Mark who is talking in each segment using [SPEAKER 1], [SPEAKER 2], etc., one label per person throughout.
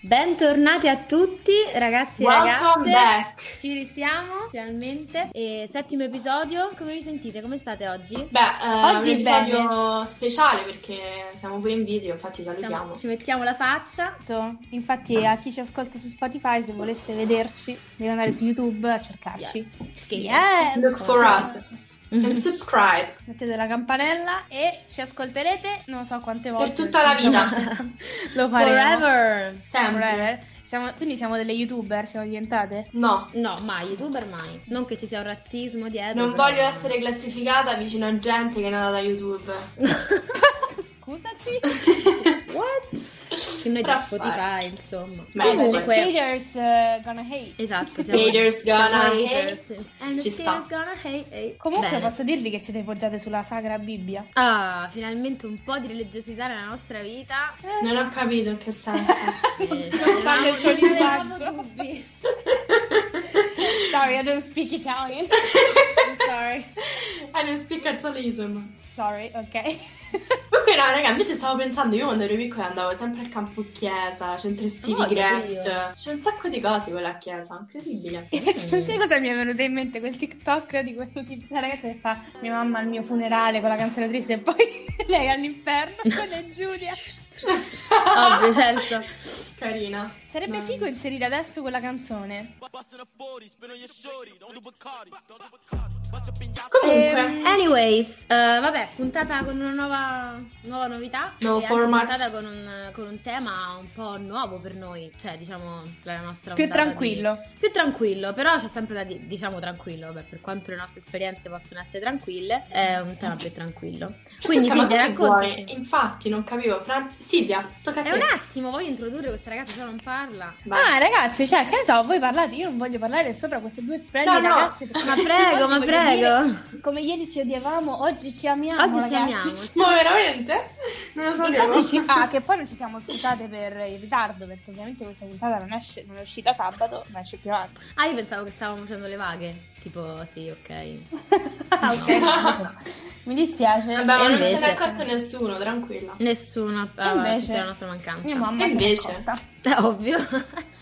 [SPEAKER 1] Bentornati a tutti ragazzi e
[SPEAKER 2] Welcome
[SPEAKER 1] ragazze.
[SPEAKER 2] back.
[SPEAKER 1] Ci risiamo finalmente. E settimo episodio, come vi sentite? Come state oggi?
[SPEAKER 2] Beh, eh,
[SPEAKER 1] Oggi
[SPEAKER 2] è un episodio speciale perché siamo pure in video, infatti salutiamo.
[SPEAKER 1] Siamo- ci mettiamo la faccia.
[SPEAKER 3] Esatto. Infatti, a chi ci ascolta su Spotify, se volesse vederci, deve andare su YouTube a cercarci.
[SPEAKER 1] Che-
[SPEAKER 3] Yes!
[SPEAKER 2] Look for us
[SPEAKER 1] Mhm.
[SPEAKER 2] and subscribe
[SPEAKER 3] Mettete la campanella e ci ascolterete non so quante volte.
[SPEAKER 2] per tutta la vita,
[SPEAKER 3] Lo faremo.
[SPEAKER 1] Forever.
[SPEAKER 2] sempre.
[SPEAKER 3] Forever. Siamo- quindi siamo delle youtuber, siamo diventate?
[SPEAKER 2] No,
[SPEAKER 1] No, mai, youtuber mai. Non che ci sia un razzismo dietro.
[SPEAKER 2] non
[SPEAKER 1] però-
[SPEAKER 2] voglio essere classificata vicino a gente che è nata da YouTube.
[SPEAKER 3] Scusaci.
[SPEAKER 1] What? Che noi da
[SPEAKER 2] Raffa-
[SPEAKER 1] Spotify, insomma.
[SPEAKER 2] Beh,
[SPEAKER 3] Comunque,
[SPEAKER 2] Comunque-
[SPEAKER 3] haters eh, gonna hate.
[SPEAKER 1] Esatto, siamo
[SPEAKER 2] Haters gonna
[SPEAKER 1] siamo
[SPEAKER 2] hate.
[SPEAKER 1] haters. And
[SPEAKER 2] Ci
[SPEAKER 1] the
[SPEAKER 2] sta.
[SPEAKER 1] haters gonna hate, hate.
[SPEAKER 3] Comunque,
[SPEAKER 1] Bene.
[SPEAKER 3] posso dirvi che siete poggiate sulla sacra Bibbia.
[SPEAKER 1] Ah, finalmente un po' di religiosità nella nostra vita.
[SPEAKER 2] Non ho capito in che senso.
[SPEAKER 1] Eh,
[SPEAKER 3] parlo Eh, il suo
[SPEAKER 1] non avevamo
[SPEAKER 3] linguaggio.
[SPEAKER 1] dubbi.
[SPEAKER 3] Sorry, I don't speak Italian. I'm sorry.
[SPEAKER 2] I non speak cazzalism.
[SPEAKER 3] Sorry, ok.
[SPEAKER 2] Comunque no, raga, invece stavo pensando, io quando ero piccola andavo sempre al campo chiesa, centro estivi
[SPEAKER 1] Voglio
[SPEAKER 2] Crest.
[SPEAKER 1] io.
[SPEAKER 2] C'è un sacco di cose con la chiesa, incredibile.
[SPEAKER 1] Eh.
[SPEAKER 3] Non sai cosa mi è venuto in mente quel TikTok di quello tipo la ragazza che fa mia mamma al mio funerale con la canzone triste e poi lei all'inferno con le Giulia.
[SPEAKER 1] Ovvio, certo.
[SPEAKER 2] Carina.
[SPEAKER 3] Sarebbe figo inserire adesso quella canzone.
[SPEAKER 2] Comunque.
[SPEAKER 1] Ehm, anyways, eh, vabbè, puntata con una nuova, nuova novità.
[SPEAKER 2] Nuovo
[SPEAKER 1] e anche
[SPEAKER 2] format.
[SPEAKER 1] Puntata con un, con un tema un po' nuovo per noi, cioè diciamo tra la nostra
[SPEAKER 3] Più
[SPEAKER 1] ondata di-
[SPEAKER 3] tranquillo.
[SPEAKER 1] più tranquillo, però c'è sempre da di- diciamo tranquillo, vabbè, per quanto le nostre esperienze possono essere tranquille, è un tema più tranquillo. Quindi
[SPEAKER 2] Francesca, ma
[SPEAKER 1] Silvia,
[SPEAKER 2] tu che vuoi?
[SPEAKER 1] raccontaci.
[SPEAKER 2] Infatti, non capivo. Fran- Silvia, tocca a
[SPEAKER 1] È
[SPEAKER 2] te.
[SPEAKER 1] un attimo, voglio introdurre questa ragazza, se no non parla.
[SPEAKER 2] Vai.
[SPEAKER 3] Ah ragazzi, cioè che ne so, voi parlate, io non voglio parlare sopra queste due splendide
[SPEAKER 2] No, no.
[SPEAKER 3] ragazze. perché
[SPEAKER 1] Ma prego,
[SPEAKER 3] oggi
[SPEAKER 1] ma
[SPEAKER 3] voglio
[SPEAKER 1] prego.
[SPEAKER 3] dire, come ieri ci odiavamo, oggi ci amiamo.
[SPEAKER 1] Oggi ci
[SPEAKER 3] ragazzi.
[SPEAKER 1] amiamo.
[SPEAKER 2] Ma veramente? Non lo sapevo.
[SPEAKER 3] Infatti ci- Ah, che poi non ci siamo scusate per il ritardo, perché ovviamente questa puntata non, esce- non è uscita sabato, ma esce più avanti.
[SPEAKER 1] Ah, io pensavo che stavamo facendo le vaghe. Tipo, sì, ok.
[SPEAKER 3] Ah, ok, invece no. Mi dispiace.
[SPEAKER 2] Vabbè, ma non
[SPEAKER 1] invece-
[SPEAKER 2] se ne è accorto nessuno, tranquilla.
[SPEAKER 1] Nessuno ha
[SPEAKER 3] invece-
[SPEAKER 1] sentito la nostra mancanza.
[SPEAKER 3] Mia mamma
[SPEAKER 2] E
[SPEAKER 3] se n'è
[SPEAKER 2] invece?
[SPEAKER 3] accorta.
[SPEAKER 1] Eh, ovvio.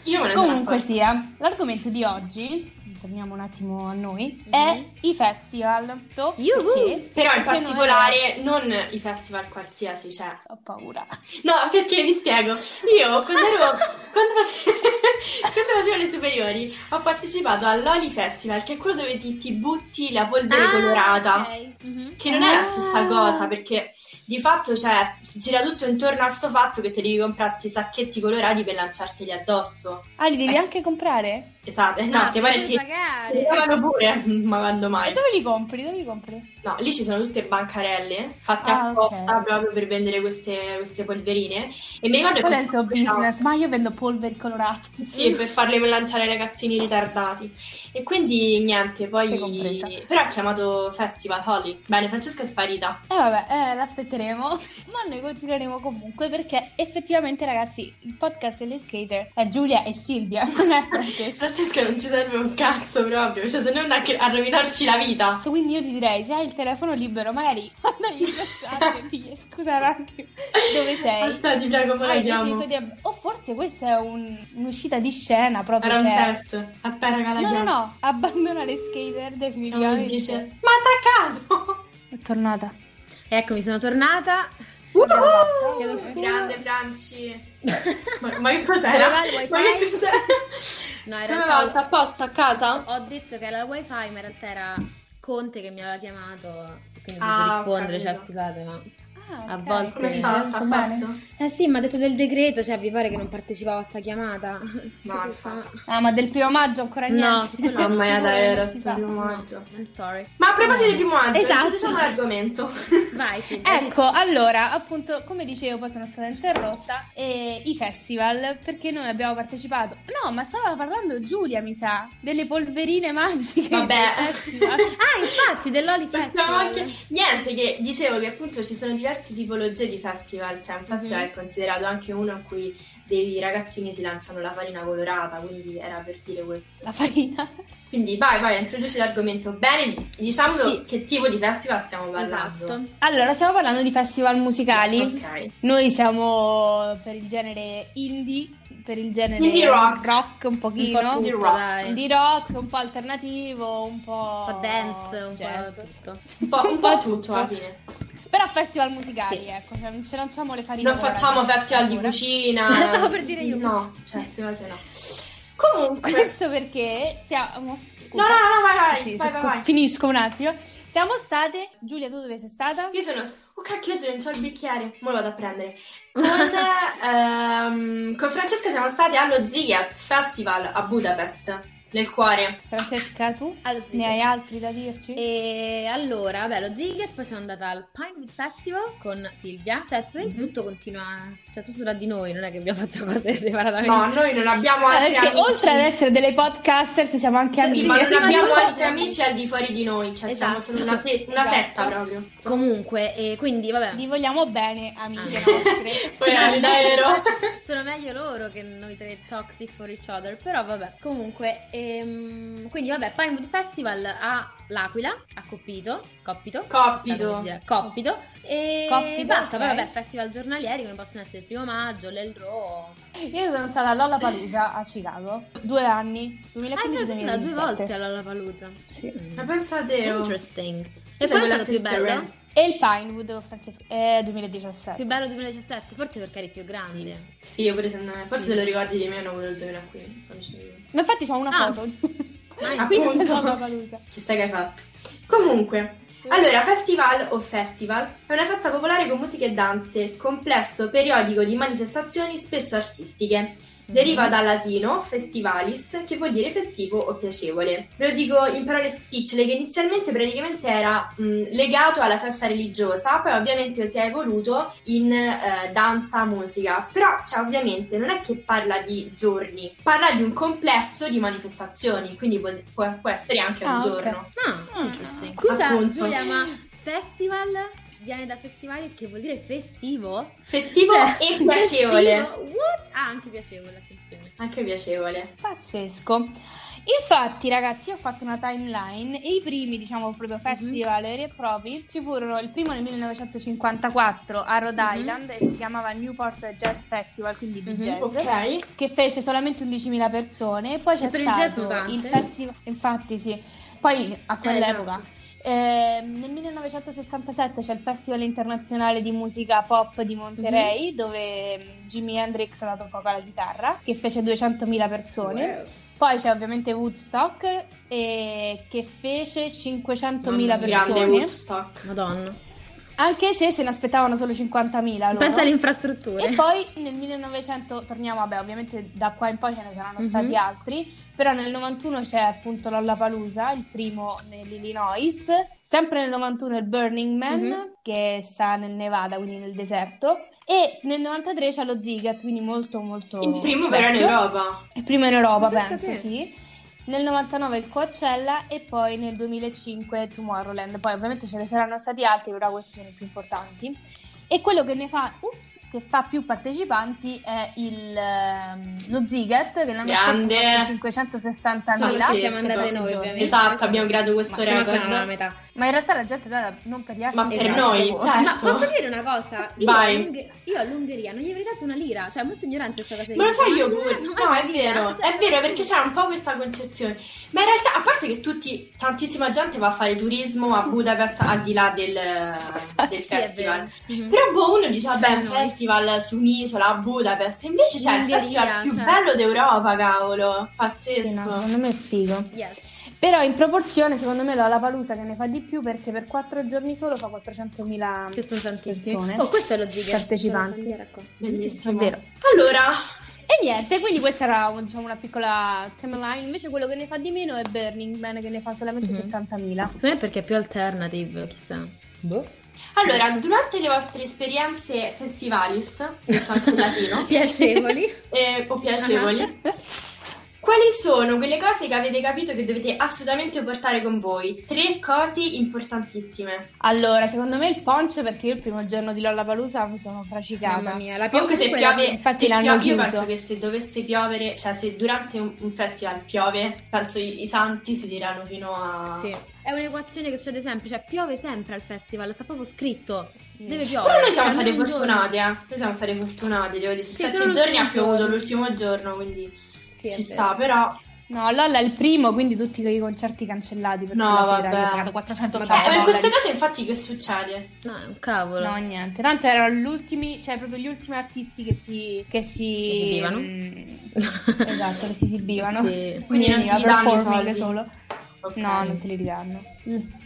[SPEAKER 2] Io me ne sono
[SPEAKER 3] Comunque
[SPEAKER 2] accorta.
[SPEAKER 3] sia, l'argomento di oggi, torniamo un attimo a noi,
[SPEAKER 1] Mhm.
[SPEAKER 3] è i festival. To-
[SPEAKER 1] Yuhu!
[SPEAKER 3] perché?
[SPEAKER 2] Però in
[SPEAKER 3] Perché noi-
[SPEAKER 2] particolare non i festival qualsiasi, cioè.
[SPEAKER 3] Ho paura.
[SPEAKER 2] No, perché vi spiego. Io quando ero. quando, facevo, quando facevo le superiori ho partecipato all'Oli Festival, che è quello dove ti, ti butti la polvere colorata.
[SPEAKER 1] Ah, ok. Mhm.
[SPEAKER 2] Che non è la
[SPEAKER 3] Ah.
[SPEAKER 2] stessa cosa, perché di fatto cioè, gira tutto intorno a sto fatto che te devi comprare questi sacchetti colorati per lanciarteli addosso.
[SPEAKER 3] Ah, li devi
[SPEAKER 2] Eh.
[SPEAKER 3] anche comprare?
[SPEAKER 2] Esatto, eh, no,
[SPEAKER 1] Ah,
[SPEAKER 2] ti pare
[SPEAKER 1] per
[SPEAKER 2] ti
[SPEAKER 1] pagare.
[SPEAKER 2] regalano pure, ma quando
[SPEAKER 3] E
[SPEAKER 2] mai.
[SPEAKER 3] dove li compri? Dove li compri?
[SPEAKER 2] No, lì ci sono tutte bancarelle fatte
[SPEAKER 3] Ah,
[SPEAKER 2] apposta
[SPEAKER 3] ok.
[SPEAKER 2] proprio per vendere queste, queste polverine. E mi ricordo
[SPEAKER 3] Qual
[SPEAKER 2] che
[SPEAKER 3] è il tuo business? Ma io vendo polvere colorate.
[SPEAKER 2] Sì, per farle lanciare ai ragazzini ritardati. E quindi niente,
[SPEAKER 3] Sei
[SPEAKER 2] poi...
[SPEAKER 3] compresa.
[SPEAKER 2] Però ha chiamato Festival Holly. Bene, Francesca è sparita.
[SPEAKER 3] E vabbè, eh, l'aspetteremo. Ma noi continueremo comunque perché effettivamente, ragazzi, il podcast delle skater è Giulia e Silvia, non è Francesca.
[SPEAKER 2] Francesca non ci serve un cazzo proprio, cioè se non anche a rovinarci la vita.
[SPEAKER 3] Esatto, Quindi io ti direi, se hai il telefono libero, magari mandagli un messaggio e digli scusa un attimo, dove sei?
[SPEAKER 2] Aspetta, ti prego, come la
[SPEAKER 3] Hai
[SPEAKER 2] chiamo?
[SPEAKER 3] deciso di ab- O forse questa è un- un'uscita di scena proprio.
[SPEAKER 2] Era un
[SPEAKER 3] cioè-
[SPEAKER 2] test. Aspetta, raga, la
[SPEAKER 3] No, no,
[SPEAKER 2] chiamo.
[SPEAKER 3] no, abbandona le skater
[SPEAKER 2] E mi
[SPEAKER 3] definitivamente.
[SPEAKER 2] dice, ma attaccato!
[SPEAKER 3] È tornata.
[SPEAKER 1] Eccomi, sono tornata.
[SPEAKER 2] Uh!
[SPEAKER 1] Chiedo scusa.
[SPEAKER 2] Grande Franci. ma, ma che cos'era?
[SPEAKER 1] Dov'è il wifi?
[SPEAKER 2] Ma che cos'era?
[SPEAKER 1] No, in
[SPEAKER 2] Come
[SPEAKER 1] realtà-
[SPEAKER 2] va? Tutto a posto a casa?
[SPEAKER 1] Ho detto che era il wifi, ma in realtà era Conte che mi aveva chiamato. Quindi
[SPEAKER 2] Ah,
[SPEAKER 1] devo
[SPEAKER 2] ho
[SPEAKER 1] rispondere, cioè
[SPEAKER 2] capito.
[SPEAKER 1] scusate, ma...
[SPEAKER 3] Ah,
[SPEAKER 1] A
[SPEAKER 3] ok.
[SPEAKER 1] volte-
[SPEAKER 2] Come
[SPEAKER 1] Sì.
[SPEAKER 2] sta?
[SPEAKER 3] Molto
[SPEAKER 2] Sta a
[SPEAKER 3] bene.
[SPEAKER 2] posto?
[SPEAKER 1] Eh sì, mi ha detto del decreto, cioè vi pare che non partecipavo a sta chiamata?
[SPEAKER 2] No, infatti.
[SPEAKER 1] fa.
[SPEAKER 3] Ah, ma del primo maggio ancora niente.
[SPEAKER 1] No, su quello
[SPEAKER 2] No, ma è ad aereo,
[SPEAKER 3] Non si
[SPEAKER 2] sul
[SPEAKER 3] fa.
[SPEAKER 2] primo maggio.
[SPEAKER 1] I'm sorry.
[SPEAKER 2] Ma a proposito di primo maggio,
[SPEAKER 1] Esatto.
[SPEAKER 2] introduciamo l'argomento.
[SPEAKER 1] Vai, Silvia.
[SPEAKER 3] Ecco, allora, appunto, come dicevo, poi sono stata interrotta, eh, i festival, perché noi abbiamo partecipato... No, ma stava parlando Giulia, mi sa, delle polverine magiche
[SPEAKER 2] Vabbè.
[SPEAKER 3] del festival.
[SPEAKER 1] Ah, infatti, dell'Oli
[SPEAKER 2] Possiamo
[SPEAKER 1] Festival.
[SPEAKER 2] anche- Niente, che dicevo che appunto ci sono diverse tipologie di festival, cioè un festival è considerato anche uno in cui dei ragazzini si lanciano la farina colorata, quindi era per dire questo.
[SPEAKER 3] La farina.
[SPEAKER 2] Quindi vai, vai, introduci l'argomento bene, diciamo
[SPEAKER 3] Sì.
[SPEAKER 2] che tipo di festival stiamo parlando.
[SPEAKER 1] Esatto.
[SPEAKER 3] Allora, stiamo parlando di festival musicali.
[SPEAKER 2] Ok.
[SPEAKER 3] Noi siamo per il genere indie, per il genere
[SPEAKER 2] Indie rock.
[SPEAKER 3] un
[SPEAKER 1] Un
[SPEAKER 3] pochino.
[SPEAKER 1] po' tutto,
[SPEAKER 2] Di rock.
[SPEAKER 1] dai.
[SPEAKER 3] Indie rock, un po' alternativo, un po'...
[SPEAKER 1] Un po' dance, un
[SPEAKER 3] jazz.
[SPEAKER 1] po' tutto.
[SPEAKER 2] Un po', un po' tutto alla fine.
[SPEAKER 3] Però festival musicali,
[SPEAKER 1] Sì.
[SPEAKER 3] ecco, cioè non ci lanciamo le farine.
[SPEAKER 2] Non facciamo festival di
[SPEAKER 3] cucina.
[SPEAKER 2] cucina.
[SPEAKER 1] Stavo per dire io.
[SPEAKER 2] No, cioè, queste cose no. Comunque...
[SPEAKER 3] Questo perché siamo...
[SPEAKER 2] No,
[SPEAKER 3] Scusa.
[SPEAKER 2] no, no, vai, vai,
[SPEAKER 3] Sì,
[SPEAKER 2] vai,
[SPEAKER 3] se-
[SPEAKER 2] vai, vai.
[SPEAKER 3] Finisco un attimo. Siamo state... Giulia, tu dove sei stata?
[SPEAKER 2] Io sono. Oh cacchio, oggi non c'ho il bicchiere. Me lo vado a prendere. Con, ehm, con Francesca siamo stati allo Ziget Festival a Budapest, nel cuore.
[SPEAKER 3] Francesca, tu?
[SPEAKER 2] Ah,
[SPEAKER 1] Allo Ziget.
[SPEAKER 3] Ne hai altri da dirci?
[SPEAKER 2] Eh,
[SPEAKER 1] E allora, vabbè, lo Ziget, poi sono andata al Pinewood Festival con Silvia. Cioè, praticamente tutto continua, cioè tutto da di noi, non è che abbiamo fatto cose separatamente.
[SPEAKER 2] No, noi non abbiamo
[SPEAKER 3] Ah,
[SPEAKER 2] altri
[SPEAKER 3] perché
[SPEAKER 2] amici.
[SPEAKER 3] oltre ad essere delle podcasters siamo
[SPEAKER 1] Sì,
[SPEAKER 3] anche amiche.
[SPEAKER 2] ma non
[SPEAKER 1] prima
[SPEAKER 2] abbiamo
[SPEAKER 1] di noi-
[SPEAKER 2] altri amici al di fuori di noi, cioè siamo
[SPEAKER 1] Esatto.
[SPEAKER 2] solo una, se- una
[SPEAKER 3] Esatto.
[SPEAKER 2] setta proprio.
[SPEAKER 1] Comunque, e quindi, vabbè,
[SPEAKER 3] Vi vogliamo bene, amiche
[SPEAKER 1] Ah.
[SPEAKER 3] nostre.
[SPEAKER 2] Poi era davvero.
[SPEAKER 1] Sono meglio loro che noi tre toxic for each other, però vabbè. Comunque, ehm, quindi vabbè, Pinewood Festival a L'Aquila, a Coppito, Coppito.
[SPEAKER 2] Coppito.
[SPEAKER 1] Come si dice? Coppito. E
[SPEAKER 3] Coppito,
[SPEAKER 1] basta, poi
[SPEAKER 3] ok.
[SPEAKER 1] vabbè, festival giornalieri come possono essere il primo maggio, l'Elro.
[SPEAKER 3] Io sono stata a Lollapalooza a Chicago, due anni,
[SPEAKER 1] Ah, è vero, sei andata
[SPEAKER 3] 2015-2017.
[SPEAKER 1] due volte alla Lollapalooza.
[SPEAKER 3] Sì.
[SPEAKER 2] Ma pensate. oh.
[SPEAKER 1] Interesting. E poi è stato più bello?
[SPEAKER 3] E il Pinewood, Francesco, eh, 2017.
[SPEAKER 1] Più bello 2017, forse perché eri più grande.
[SPEAKER 2] Sì, io pure secondo me. Forse
[SPEAKER 1] Sì.
[SPEAKER 2] te lo ricordi di meno quello del 2015. Non c'è io.
[SPEAKER 3] Ma infatti c'ho una
[SPEAKER 1] Ah.
[SPEAKER 3] foto.
[SPEAKER 2] Appunto.
[SPEAKER 3] Lollapalooza.
[SPEAKER 2] Chissà che hai fatto. Comunque, allora, festival o festival è una festa popolare con musiche e danze, complesso periodico di manifestazioni spesso artistiche.
[SPEAKER 3] Mhm.
[SPEAKER 2] Deriva dal latino festivalis, che vuol dire festivo o piacevole. Ve lo dico in parole spicciole, che inizialmente praticamente era mh, legato alla festa religiosa, poi ovviamente si è evoluto in eh, danza, musica. Però, cioè, ovviamente non è che parla di giorni, parla di un complesso di manifestazioni, quindi può, può- può essere anche un
[SPEAKER 3] Ah, ok.
[SPEAKER 2] giorno.
[SPEAKER 1] Ah,
[SPEAKER 3] Mm.
[SPEAKER 1] interesting. Scusa
[SPEAKER 2] Appunto.
[SPEAKER 1] Giulia, ma festival viene da festivale che vuol dire festivo?
[SPEAKER 2] Festivo
[SPEAKER 1] Cioè,
[SPEAKER 2] e piacevole.
[SPEAKER 1] festivo, what? Ah, anche piacevole, attenzione.
[SPEAKER 2] Anche piacevole.
[SPEAKER 3] Pazzesco. Infatti, ragazzi, io ho fatto una timeline e i primi, diciamo,
[SPEAKER 1] Mhm.
[SPEAKER 3] proprio festival veri e propri ci furono il primo nel 1954 a Rhode
[SPEAKER 1] Mhm.
[SPEAKER 3] Island e si chiamava Newport Jazz Festival, quindi di
[SPEAKER 1] Mhm.
[SPEAKER 3] jazz.
[SPEAKER 2] Ok.
[SPEAKER 3] che fece solamente 11.000 persone e poi c'è
[SPEAKER 1] per il jazz Eh,
[SPEAKER 3] stato
[SPEAKER 1] tante.
[SPEAKER 3] il festival infatti sì poi a quell'epoca
[SPEAKER 1] esatto.
[SPEAKER 3] ehm, nel 1967 c'è il Festival Internazionale di Musica Pop di Monterey dove mm, Jimi Hendrix ha dato fuoco alla chitarra che fece 200.000 persone poi c'è ovviamente Woodstock eh, che fece 500.000
[SPEAKER 1] Mamma mia,
[SPEAKER 2] Grande
[SPEAKER 3] persone
[SPEAKER 2] Woodstock.
[SPEAKER 1] Madonna.
[SPEAKER 3] anche se se ne aspettavano solo 50.000 loro.
[SPEAKER 1] Pensa alle infrastrutture.
[SPEAKER 3] E poi nel 1900 torniamo, vabbè, ovviamente da qua in poi ce ne saranno
[SPEAKER 1] Mhm.
[SPEAKER 3] stati altri, però nel 91 c'è appunto l'Ollapalooza, il primo nell'Illinois, sempre nel 91 il Burning Man
[SPEAKER 1] Mhm.
[SPEAKER 3] che sta nel Nevada, quindi nel deserto, e nel 93 c'è lo Zigat, quindi molto molto
[SPEAKER 2] Il primo però in
[SPEAKER 3] vecchio.
[SPEAKER 2] Europa.
[SPEAKER 3] Il primo in Europa,
[SPEAKER 1] Pensa
[SPEAKER 3] penso,
[SPEAKER 1] te.
[SPEAKER 3] sì. Nel 99 il Coachella e poi nel 2005 Tomorrowland. Poi ovviamente ce ne saranno stati altri, però questi sono i più importanti. E quello che ne fa, ups, che fa più partecipanti è il, ehm, lo Ziget, che l'anno
[SPEAKER 2] Grande.
[SPEAKER 3] scorso ha fatto 560.000.
[SPEAKER 2] Sì,
[SPEAKER 1] Sì, siamo andate
[SPEAKER 3] esatto.
[SPEAKER 1] noi, ovviamente.
[SPEAKER 2] Esatto, abbiamo creato questo
[SPEAKER 1] Ma se no sono la
[SPEAKER 2] record.
[SPEAKER 1] metà.
[SPEAKER 3] Ma in realtà la gente allora non per gli altri.
[SPEAKER 2] Ma per
[SPEAKER 3] esatto.
[SPEAKER 2] noi, cioè-
[SPEAKER 1] Ma posso dire una cosa? Io,
[SPEAKER 2] Vai.
[SPEAKER 1] all'Unghe- io all'Ungheria non gli avrei dato una lira, cioè molto ignorante è stata
[SPEAKER 2] Ma lo sai io
[SPEAKER 1] Non gli
[SPEAKER 2] pure.
[SPEAKER 1] avrei dato
[SPEAKER 2] No,
[SPEAKER 1] mai
[SPEAKER 2] è
[SPEAKER 1] una lira,
[SPEAKER 2] vero,
[SPEAKER 1] cioè,
[SPEAKER 2] è vero, perché c'è un po' questa concezione. Ma in realtà, a parte che tutti, tantissima gente va a fare turismo a Budapest al di là del, del
[SPEAKER 1] Sì, è
[SPEAKER 2] festival.
[SPEAKER 1] vero. Mhm.
[SPEAKER 2] Però boh, uno dice, vabbè, un
[SPEAKER 1] Sì, noi.
[SPEAKER 2] festival su un'isola a Budapest. Invece c'è il
[SPEAKER 1] L'Ungheria,
[SPEAKER 2] festival più
[SPEAKER 1] cioè.
[SPEAKER 2] bello d'Europa, cavolo. Pazzesco.
[SPEAKER 3] Sì, no, secondo me è figo.
[SPEAKER 1] Mhm. Yes.
[SPEAKER 3] Però in proporzione, secondo me, la Palusa che ne fa di più perché per quattro giorni solo fa 400.000
[SPEAKER 1] Che sono tantissime.
[SPEAKER 3] persone.
[SPEAKER 1] Oh, questo è lo ecco. zigher.
[SPEAKER 3] Partecipanti.
[SPEAKER 1] Sono la bandiera qua.
[SPEAKER 2] Bellissimo.
[SPEAKER 3] È vero.
[SPEAKER 2] Allora,
[SPEAKER 3] E niente, quindi questa era diciamo, una piccola timeline. Invece quello che ne fa di meno è Burning Man, che ne fa solamente
[SPEAKER 1] Mhm.
[SPEAKER 3] 70.000.
[SPEAKER 1] Secondo me perché è più alternative, chissà.
[SPEAKER 4] Boh.
[SPEAKER 2] allora, durante le vostre esperienze festivalis, detto anche in latino,
[SPEAKER 1] Piacevoli.
[SPEAKER 2] eh, o piacevoli, quali sono quelle cose che avete capito che dovete assolutamente portare con voi? Tre cose importantissime.
[SPEAKER 3] Allora, secondo me il poncho perché io il primo giorno di Lollapalooza mi sono frasicata.
[SPEAKER 1] Mamma mia, la
[SPEAKER 2] Comunque se
[SPEAKER 1] quella-
[SPEAKER 2] piove,
[SPEAKER 3] infatti
[SPEAKER 2] se
[SPEAKER 3] l'hanno
[SPEAKER 2] piove- io
[SPEAKER 3] chiuso.
[SPEAKER 2] penso che se dovesse piovere, cioè se durante un, un festival piove, penso i, i santi si tirano fino a...
[SPEAKER 3] Sì.
[SPEAKER 1] È un'equazione che succede sempre, cioè piove sempre al festival, sta proprio scritto.
[SPEAKER 3] Sì.
[SPEAKER 1] Deve piovere. Cioè,
[SPEAKER 2] Però noi siamo
[SPEAKER 1] almeno
[SPEAKER 2] state
[SPEAKER 1] un giorno.
[SPEAKER 2] fortunate, eh. Noi siamo state fortunate, devo dire, su
[SPEAKER 1] Sì,
[SPEAKER 2] sette
[SPEAKER 1] solo
[SPEAKER 2] giorni
[SPEAKER 1] l'ultimo
[SPEAKER 2] ha piovuto
[SPEAKER 1] giorno.
[SPEAKER 2] l'ultimo giorno, quindi
[SPEAKER 1] Sì, è
[SPEAKER 2] ci
[SPEAKER 1] vero.
[SPEAKER 2] sta, però...
[SPEAKER 3] No, Lolla è il primo, quindi tutti i concerti cancellati per
[SPEAKER 2] No,
[SPEAKER 3] quella
[SPEAKER 2] vabbè.
[SPEAKER 3] sera. Io ho pagato
[SPEAKER 1] Ma
[SPEAKER 3] 480
[SPEAKER 2] Eh, ma in
[SPEAKER 3] dollari.
[SPEAKER 2] questo caso infatti che succede?
[SPEAKER 1] No, è un cavolo.
[SPEAKER 3] No, niente. Tanto erano gli ultimi, cioè proprio gli ultimi artisti che si... Che si
[SPEAKER 1] Esibivano.
[SPEAKER 3] mm, esatto, che si esibivano.
[SPEAKER 1] Sì.
[SPEAKER 2] Quindi non
[SPEAKER 3] Veniva
[SPEAKER 2] ti danno i
[SPEAKER 3] performing
[SPEAKER 2] soldi.
[SPEAKER 3] solo.
[SPEAKER 2] Ok.
[SPEAKER 3] No, non te li ridanno.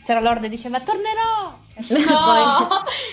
[SPEAKER 3] C'era Lorde che diceva tornerò.
[SPEAKER 2] No,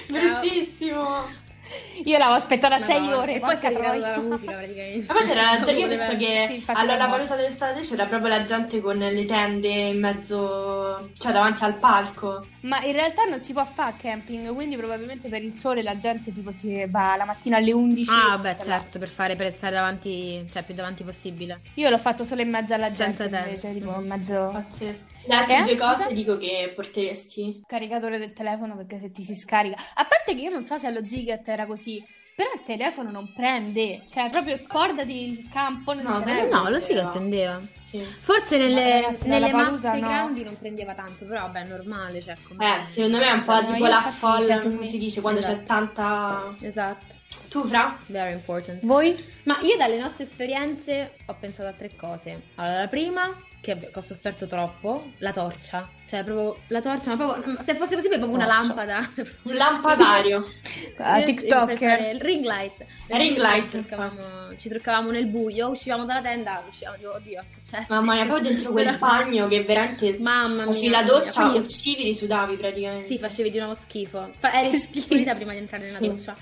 [SPEAKER 2] bruttissimo. Ma
[SPEAKER 3] Io l'avevo aspettata
[SPEAKER 1] Madonna.
[SPEAKER 3] sei ore.
[SPEAKER 1] E poi
[SPEAKER 3] porca
[SPEAKER 1] sta tirando
[SPEAKER 3] troia.
[SPEAKER 1] la musica praticamente.
[SPEAKER 2] poi c'era la gente, io
[SPEAKER 3] Voleva-
[SPEAKER 2] penso che
[SPEAKER 3] sì, infatti
[SPEAKER 2] alla
[SPEAKER 3] era
[SPEAKER 2] palusa dell'estate c'era proprio la gente con le tende in mezzo, cioè davanti al palco.
[SPEAKER 3] Ma in realtà non si può fare camping, quindi probabilmente per il sole la gente tipo si va la mattina alle 11.
[SPEAKER 1] Ah,
[SPEAKER 3] si
[SPEAKER 1] beh,
[SPEAKER 3] sta là.
[SPEAKER 1] certo, per fare per stare davanti, cioè più davanti possibile.
[SPEAKER 3] Io l'ho fatto solo in mezzo alla
[SPEAKER 1] Senza
[SPEAKER 3] gente,
[SPEAKER 1] tempo. Mm.
[SPEAKER 3] invece, tipo in mezzo
[SPEAKER 2] Pazzesco. Le altre
[SPEAKER 3] Eh,
[SPEAKER 2] due
[SPEAKER 3] scusa?
[SPEAKER 2] cose dico che porteresti.
[SPEAKER 3] al caricatore del telefono perché se ti si scarica. A parte che io non so se allo Zigat era così, però il telefono non prende, cioè proprio scordati il campo nel
[SPEAKER 2] No,
[SPEAKER 3] telefono.
[SPEAKER 1] Eh, no, lo
[SPEAKER 2] prendeva.
[SPEAKER 1] zio prendeva.
[SPEAKER 2] Sì.
[SPEAKER 1] Forse nelle,
[SPEAKER 3] Ma ragazzi,
[SPEAKER 1] nelle
[SPEAKER 3] dalla Palusa
[SPEAKER 1] masse
[SPEAKER 3] no.
[SPEAKER 1] grandi non prendeva tanto, però vabbè, è normale, cioè come-
[SPEAKER 2] Eh, secondo me è un po'
[SPEAKER 3] Secondo
[SPEAKER 2] tipo
[SPEAKER 3] me
[SPEAKER 2] la
[SPEAKER 3] infatti
[SPEAKER 2] folla,
[SPEAKER 3] dice,
[SPEAKER 2] come si dice, quando c'è
[SPEAKER 1] esatto.
[SPEAKER 2] tanta...
[SPEAKER 1] Esatto,
[SPEAKER 2] Tu, Fra?
[SPEAKER 1] very important.
[SPEAKER 3] Voi?
[SPEAKER 1] Ma io dalle nostre esperienze ho pensato a tre cose. Allora, la prima, che, che ho sofferto troppo, la torcia. Cioè, proprio la torcia, ma proprio, mm, se fosse possibile, proprio una
[SPEAKER 3] Torcia.
[SPEAKER 1] lampada.
[SPEAKER 2] Un lampadario.
[SPEAKER 3] A
[SPEAKER 1] Io- per fare
[SPEAKER 3] TikTok.
[SPEAKER 1] il ring light.
[SPEAKER 2] La ring light,
[SPEAKER 1] Ci truccavamo, ci truccavamo nel buio, uscivamo dalla tenda, uscivamo, dico, oddio, che c'è?
[SPEAKER 2] Mamma mia, poi dentro quel bagno che veramente... cioè,
[SPEAKER 1] Mamma mia.
[SPEAKER 2] Facevi la doccia, oh,
[SPEAKER 1] Quindi-
[SPEAKER 2] uccivi, risudavi praticamente.
[SPEAKER 1] Sì, facevi di nuovo schifo. Fa- eri
[SPEAKER 3] Che schifo.
[SPEAKER 1] schifita prima di entrare nella
[SPEAKER 3] Sì.
[SPEAKER 1] doccia.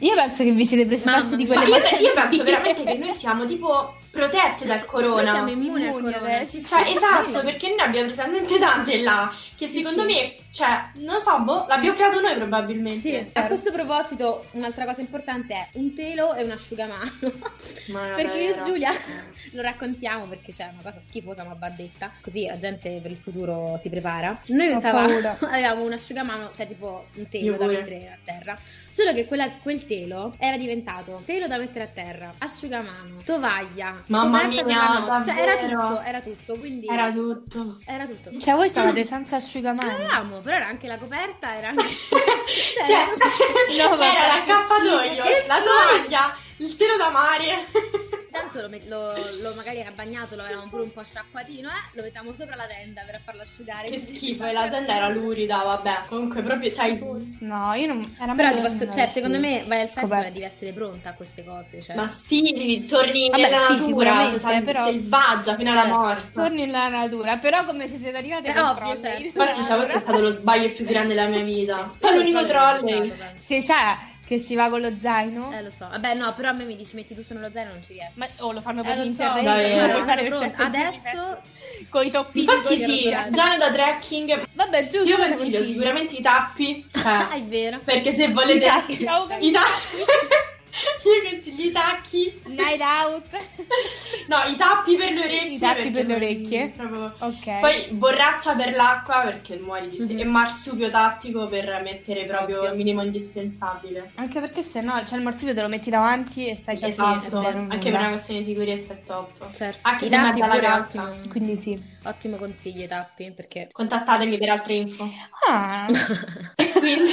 [SPEAKER 3] Io penso che vi siete presi
[SPEAKER 1] Mamma
[SPEAKER 3] tanti di
[SPEAKER 1] mia.
[SPEAKER 2] Ma
[SPEAKER 3] quelle
[SPEAKER 2] io,
[SPEAKER 3] vacanze.
[SPEAKER 2] io penso veramente che noi siamo tipo protette dal
[SPEAKER 1] Noi
[SPEAKER 2] corona.
[SPEAKER 1] siamo immuni al
[SPEAKER 3] Immuni
[SPEAKER 1] corona.
[SPEAKER 3] adesso.
[SPEAKER 1] sì,
[SPEAKER 2] Cioè,
[SPEAKER 1] sì,
[SPEAKER 2] esatto,
[SPEAKER 1] sì.
[SPEAKER 2] perché noi ne abbiamo prese talmente tante là che secondo me, cioè, non lo so, boh, l'abbiamo creato noi probabilmente. Cioè,
[SPEAKER 1] Sì, a questo proposito, un'altra cosa importante è un telo e un asciugamano.
[SPEAKER 2] Ma no,
[SPEAKER 1] Perché io e
[SPEAKER 2] davvero.
[SPEAKER 1] Giulia lo raccontiamo perché c'è una cosa schifosa ma va detta, così la gente per il futuro si prepara. Noi
[SPEAKER 3] Ho
[SPEAKER 1] usavamo
[SPEAKER 3] paura.
[SPEAKER 1] avevamo un asciugamano, cioè tipo un
[SPEAKER 2] Io
[SPEAKER 1] telo da
[SPEAKER 2] pure.
[SPEAKER 1] mettere a terra, solo che quella- quel telo era diventato telo da mettere a terra, asciugamano, tovaglia,
[SPEAKER 2] Mamma
[SPEAKER 1] coperta
[SPEAKER 2] mia,
[SPEAKER 1] per la notte, cioè, era
[SPEAKER 2] davvero.
[SPEAKER 1] tutto, era tutto, quindi
[SPEAKER 2] Era tutto.
[SPEAKER 1] era tutto.
[SPEAKER 3] Cioè voi
[SPEAKER 1] Mm.
[SPEAKER 3] stavate senza asciugamani.
[SPEAKER 1] Avevamo, però era anche la coperta, era anche
[SPEAKER 2] Cioè,
[SPEAKER 1] Cioè,
[SPEAKER 3] no, vabbè,
[SPEAKER 2] era
[SPEAKER 3] che
[SPEAKER 2] l'accappatoio,
[SPEAKER 1] schifo.
[SPEAKER 2] la
[SPEAKER 1] E
[SPEAKER 2] tovaglia, il telo da mare.
[SPEAKER 1] Tanto lo, met- lo- lo magari era bagnato, lo avevamo pure un po' sciacquatino, eh? Lo mettiamo sopra la tenda per farlo asciugare.
[SPEAKER 2] che
[SPEAKER 1] così.
[SPEAKER 2] schifo, e la tenda era lurida, vabbè. Comunque, proprio, cioè, il-
[SPEAKER 3] No, io non... Era
[SPEAKER 1] Però ti
[SPEAKER 3] meglio che
[SPEAKER 1] posso,
[SPEAKER 3] non
[SPEAKER 1] cioè,
[SPEAKER 3] avessi
[SPEAKER 1] secondo me vai al festival
[SPEAKER 3] scoperto.
[SPEAKER 1] e devi essere pronta a queste cose. Cioè.
[SPEAKER 2] ma sì, devi- torni
[SPEAKER 3] Vabbè,
[SPEAKER 2] nella
[SPEAKER 3] sì,
[SPEAKER 2] natura,
[SPEAKER 3] sicuramente,
[SPEAKER 2] sei
[SPEAKER 3] però-
[SPEAKER 2] selvaggia fino alla
[SPEAKER 1] Certo.
[SPEAKER 2] morte.
[SPEAKER 3] Torni nella natura, però come ci siete arrivati?
[SPEAKER 1] È
[SPEAKER 3] con
[SPEAKER 1] ovvio,
[SPEAKER 3] trolley.
[SPEAKER 1] certo.
[SPEAKER 2] Infatti, cioè, questo è stato lo sbaglio più grande della mia vita. cioè, Poi l'unico trolley.
[SPEAKER 3] Si sa che si va con lo zaino?
[SPEAKER 1] Eh, lo so. Vabbè, no, però a me mi dici metti tutto nello zaino non ci riesco.
[SPEAKER 3] Ma oh, lo fanno
[SPEAKER 1] Eh,
[SPEAKER 3] per
[SPEAKER 1] lo so,
[SPEAKER 3] internet,
[SPEAKER 2] davvero.
[SPEAKER 3] lo fanno fare per
[SPEAKER 1] Pronto,
[SPEAKER 3] sette giorni,
[SPEAKER 1] adesso-
[SPEAKER 3] penso. con i toppini.
[SPEAKER 2] eh. Infatti
[SPEAKER 3] con i
[SPEAKER 2] sì,
[SPEAKER 3] rosati.
[SPEAKER 2] zaino da trekking.
[SPEAKER 3] Vabbè, giù,
[SPEAKER 2] Io
[SPEAKER 3] cosa
[SPEAKER 2] consiglio
[SPEAKER 3] consigli?
[SPEAKER 2] sicuramente i tappi.
[SPEAKER 1] Ah,
[SPEAKER 2] Cioè,
[SPEAKER 1] è vero.
[SPEAKER 2] perché se volete...
[SPEAKER 3] I tacchi, stavo per-
[SPEAKER 2] I tacchi. Io consiglio i tacchi.
[SPEAKER 3] Night out.
[SPEAKER 2] No, i tappi per le orecchie.
[SPEAKER 3] I tappi
[SPEAKER 2] perché
[SPEAKER 3] per le
[SPEAKER 2] non-
[SPEAKER 3] orecchie.
[SPEAKER 2] proprio-
[SPEAKER 3] Ok.
[SPEAKER 2] Poi borraccia per l'acqua perché muori di sete.
[SPEAKER 1] Mhm.
[SPEAKER 2] E marsupio tattico per mettere proprio
[SPEAKER 1] Ovvio.
[SPEAKER 2] il minimo indispensabile.
[SPEAKER 3] Anche perché se no, cioè il marsupio te lo metti davanti e sai già che
[SPEAKER 2] esatto.
[SPEAKER 3] non
[SPEAKER 2] Anche per una questione di sicurezza è top.
[SPEAKER 1] Certo.
[SPEAKER 2] Anche
[SPEAKER 1] I
[SPEAKER 2] se Ah, è
[SPEAKER 1] tappi
[SPEAKER 2] mezza la
[SPEAKER 1] pure
[SPEAKER 2] gatta.
[SPEAKER 1] ottimo.
[SPEAKER 3] Quindi sì.
[SPEAKER 1] Ottimo consiglio i tappi, perché...
[SPEAKER 2] Contattatemi per altre info.
[SPEAKER 3] Ah,
[SPEAKER 2] Quindi...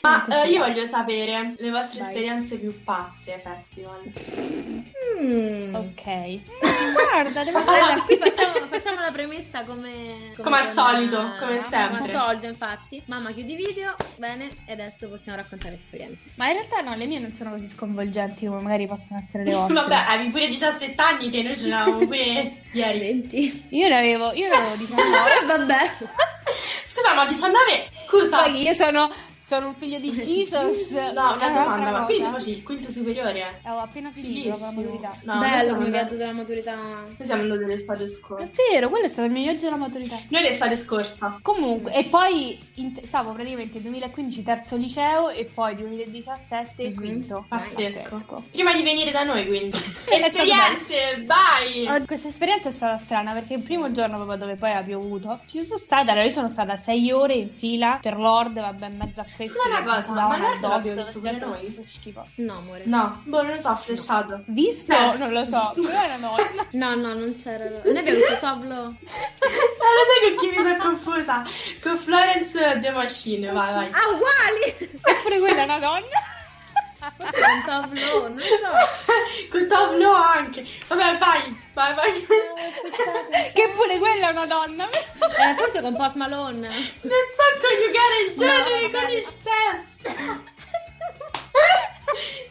[SPEAKER 2] Ma eh, io voglio sapere le vostre esperienze più pazze ai festival.
[SPEAKER 1] Mm. Eh,
[SPEAKER 3] Ok. Mm, Guarda, devo
[SPEAKER 1] Allora, qui facciamo, facciamo la premessa come...
[SPEAKER 2] Come al solito, come
[SPEAKER 1] ah, Come
[SPEAKER 2] sempre.
[SPEAKER 1] al solito, infatti. Mamma, chiudi video, bene, e adesso possiamo raccontare esperienze.
[SPEAKER 3] Ma in realtà no, le mie non sono così sconvolgenti come magari possono essere le vostre.
[SPEAKER 2] Vabbè, avevi pure 17 anni che noi ce l'avevamo pure ieri.
[SPEAKER 1] Parenti.
[SPEAKER 3] Io ne avevo, io ne avevo diciamo, 19.
[SPEAKER 1] Vabbè.
[SPEAKER 2] Scusa, ma 19... Scusa.
[SPEAKER 3] Poi io sono, sono un figlio di Jesus.
[SPEAKER 2] No,
[SPEAKER 3] È
[SPEAKER 2] una
[SPEAKER 3] un'altra
[SPEAKER 2] domanda, ma
[SPEAKER 3] cosa.
[SPEAKER 2] quindi tu facevi il quinto superiore?
[SPEAKER 3] Avevo appena finito la
[SPEAKER 2] Fighissimo.
[SPEAKER 3] maturità.
[SPEAKER 2] No, noi
[SPEAKER 1] Bello
[SPEAKER 2] siamo
[SPEAKER 1] come
[SPEAKER 2] andati-
[SPEAKER 1] viaggio della maturità.
[SPEAKER 2] Noi siamo andati l'estate
[SPEAKER 3] È
[SPEAKER 2] scorsa.
[SPEAKER 3] vero, quello è stato il mio viaggio della maturità.
[SPEAKER 2] Noi l'estate
[SPEAKER 3] Eh,
[SPEAKER 2] scorsa.
[SPEAKER 3] Comunque, e poi in- stavo praticamente 2015 terzo liceo e poi 2017
[SPEAKER 1] Mhm.
[SPEAKER 3] quinto.
[SPEAKER 2] Pazzesco. Prima di venire da noi, quindi.
[SPEAKER 3] E è stato
[SPEAKER 2] Esperienze, vai!
[SPEAKER 3] Oh, Questa esperienza è stata strana perché il primo giorno proprio dove poi ha piovuto ci sono stata, allora io sono stata sei ore in fila per Lord, vabbè in mezzo a questi
[SPEAKER 2] Scusa una
[SPEAKER 3] che
[SPEAKER 2] cosa, ma
[SPEAKER 3] sudavano
[SPEAKER 2] Lord l'abbiamo
[SPEAKER 3] addosso,
[SPEAKER 2] visto pure
[SPEAKER 3] gente-
[SPEAKER 2] noi?
[SPEAKER 3] che schifo.
[SPEAKER 1] No, amore.
[SPEAKER 2] No, boh, non lo so, ho flashato.
[SPEAKER 3] Visto?
[SPEAKER 2] Eh.
[SPEAKER 3] Non lo so, però era Lord.
[SPEAKER 1] No, no, non c'era. Noi abbiamo visto Tablo.
[SPEAKER 2] Allora sai con chi mi sono confusa? Con Florence The Machine, vai, vai.
[SPEAKER 1] Ah, uguali!
[SPEAKER 3] Eppure quella è una donna.
[SPEAKER 1] Forse con Tablo, non lo so.
[SPEAKER 2] Con Tableau anche. Vabbè, vai, vai, vai.
[SPEAKER 3] che pure quella è una donna.
[SPEAKER 1] Eh, forse con Post Malone.
[SPEAKER 2] Non so coniugare il genere
[SPEAKER 1] No,
[SPEAKER 2] con
[SPEAKER 1] vabbè.
[SPEAKER 2] il sesso.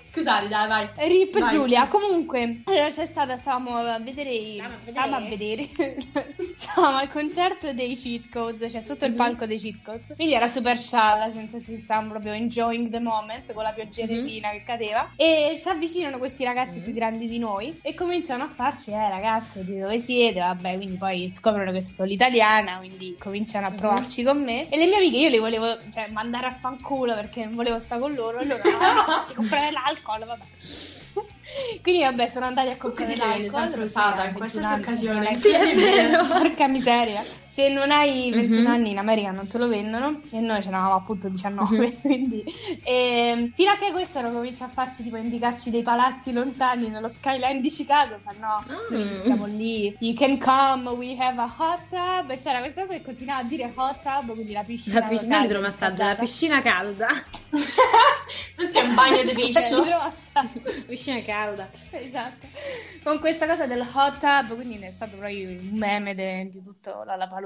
[SPEAKER 2] Scusate, dai, vai.
[SPEAKER 3] Rip
[SPEAKER 2] Vai.
[SPEAKER 3] Giulia, comunque, allora c'è stata, stavamo a vedere, i-
[SPEAKER 1] Stavamo
[SPEAKER 3] stavamo
[SPEAKER 1] a
[SPEAKER 3] a vedere, stavamo al concerto dei Cheat Codes, cioè sotto il palco dei Cheat Codes, quindi era super scialla, senza ci stavamo proprio enjoying the moment, con la pioggerellina che cadeva, e si avvicinano questi ragazzi più grandi di noi e cominciano a farci, eh ragazzi, di dove siete, vabbè, quindi poi scoprono che sono l'italiana, quindi cominciano a provarci con me, e le mie amiche io le volevo, cioè, mandare a fanculo perché non volevo stare con loro, allora no, ti comprare l'alcol, vabbè. Quindi vabbè, sono andati a comprare
[SPEAKER 2] Così la viene sempre
[SPEAKER 3] l'alcol. perché
[SPEAKER 2] usata in
[SPEAKER 3] a
[SPEAKER 2] qualsiasi
[SPEAKER 3] 21 anni,
[SPEAKER 2] occasione.
[SPEAKER 3] se non hai-
[SPEAKER 2] Sì, è vero.
[SPEAKER 3] Porca miseria. Se non hai 21
[SPEAKER 1] Mhm.
[SPEAKER 3] anni in America non te lo vendono e noi ce n'avevamo appunto 19,
[SPEAKER 2] Mhm.
[SPEAKER 3] quindi e, fino a che questo non comincia a farci tipo indicarci dei palazzi lontani nello skyline di Chicago, fa no,
[SPEAKER 2] Ah.
[SPEAKER 3] noi
[SPEAKER 1] Mm.
[SPEAKER 3] siamo lì. You can come, we have a hot tub. E c'era questa cosa che continuava a dire hot tub, quindi la piscina.
[SPEAKER 1] La piscina
[SPEAKER 3] locale
[SPEAKER 1] idromassaggio, la
[SPEAKER 3] riscaldata.
[SPEAKER 1] piscina calda.
[SPEAKER 2] Perché è un bagno di
[SPEAKER 3] Sì,
[SPEAKER 2] pesce?
[SPEAKER 3] idromassaggio.
[SPEAKER 1] Piscina calda.
[SPEAKER 3] Esatto, con questa cosa del hot tub, quindi è stato proprio un meme de- di tutta la palusa.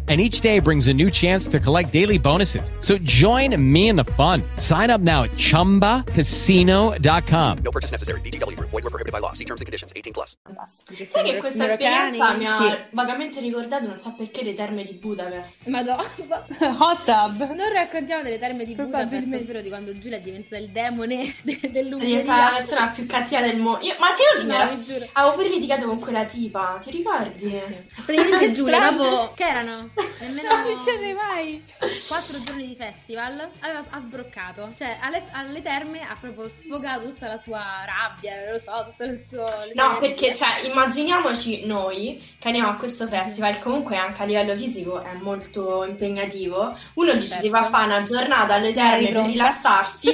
[SPEAKER 5] And each day brings a new chance to collect daily bonuses. So join me in the fun. Sign up now at chumbacasino.com.
[SPEAKER 6] No purchase necessary. VGW Group. Void were prohibited by law. See terms and conditions. 18 plus.
[SPEAKER 2] Sai che questa esperienza mi ha
[SPEAKER 1] Sì.
[SPEAKER 2] vagamente ricordato, non so perché, le terme di Budapest.
[SPEAKER 1] Madonna.
[SPEAKER 3] Hot tub.
[SPEAKER 1] Non raccontiamo delle terme di Budapest,
[SPEAKER 3] Probabilmente.
[SPEAKER 1] ovvero di quando Giulia è diventata il demone de-
[SPEAKER 2] È diventata la
[SPEAKER 1] dell'Ungheria.
[SPEAKER 2] persona più cattiva del mondo. Io- Ma ti lo
[SPEAKER 1] No, vi giuro.
[SPEAKER 2] Avevo pure litigato con quella tipa, ti ricordi?
[SPEAKER 1] Praticamente Giulia,
[SPEAKER 3] Strano.
[SPEAKER 1] dopo che erano nemmeno
[SPEAKER 3] Non si scende mai.
[SPEAKER 1] quattro giorni di festival, aveva, ha sbroccato. Cioè, alle, alle terme ha proprio sfogato tutta la sua rabbia, non lo so, tutto il suo... le sue
[SPEAKER 2] No,
[SPEAKER 1] energie.
[SPEAKER 2] perché cioè, immaginiamoci noi che andiamo a questo festival, comunque anche a livello fisico è molto impegnativo. Uno dice si va a fare una giornata alle terme per
[SPEAKER 3] Ripronta.
[SPEAKER 2] rilassarsi,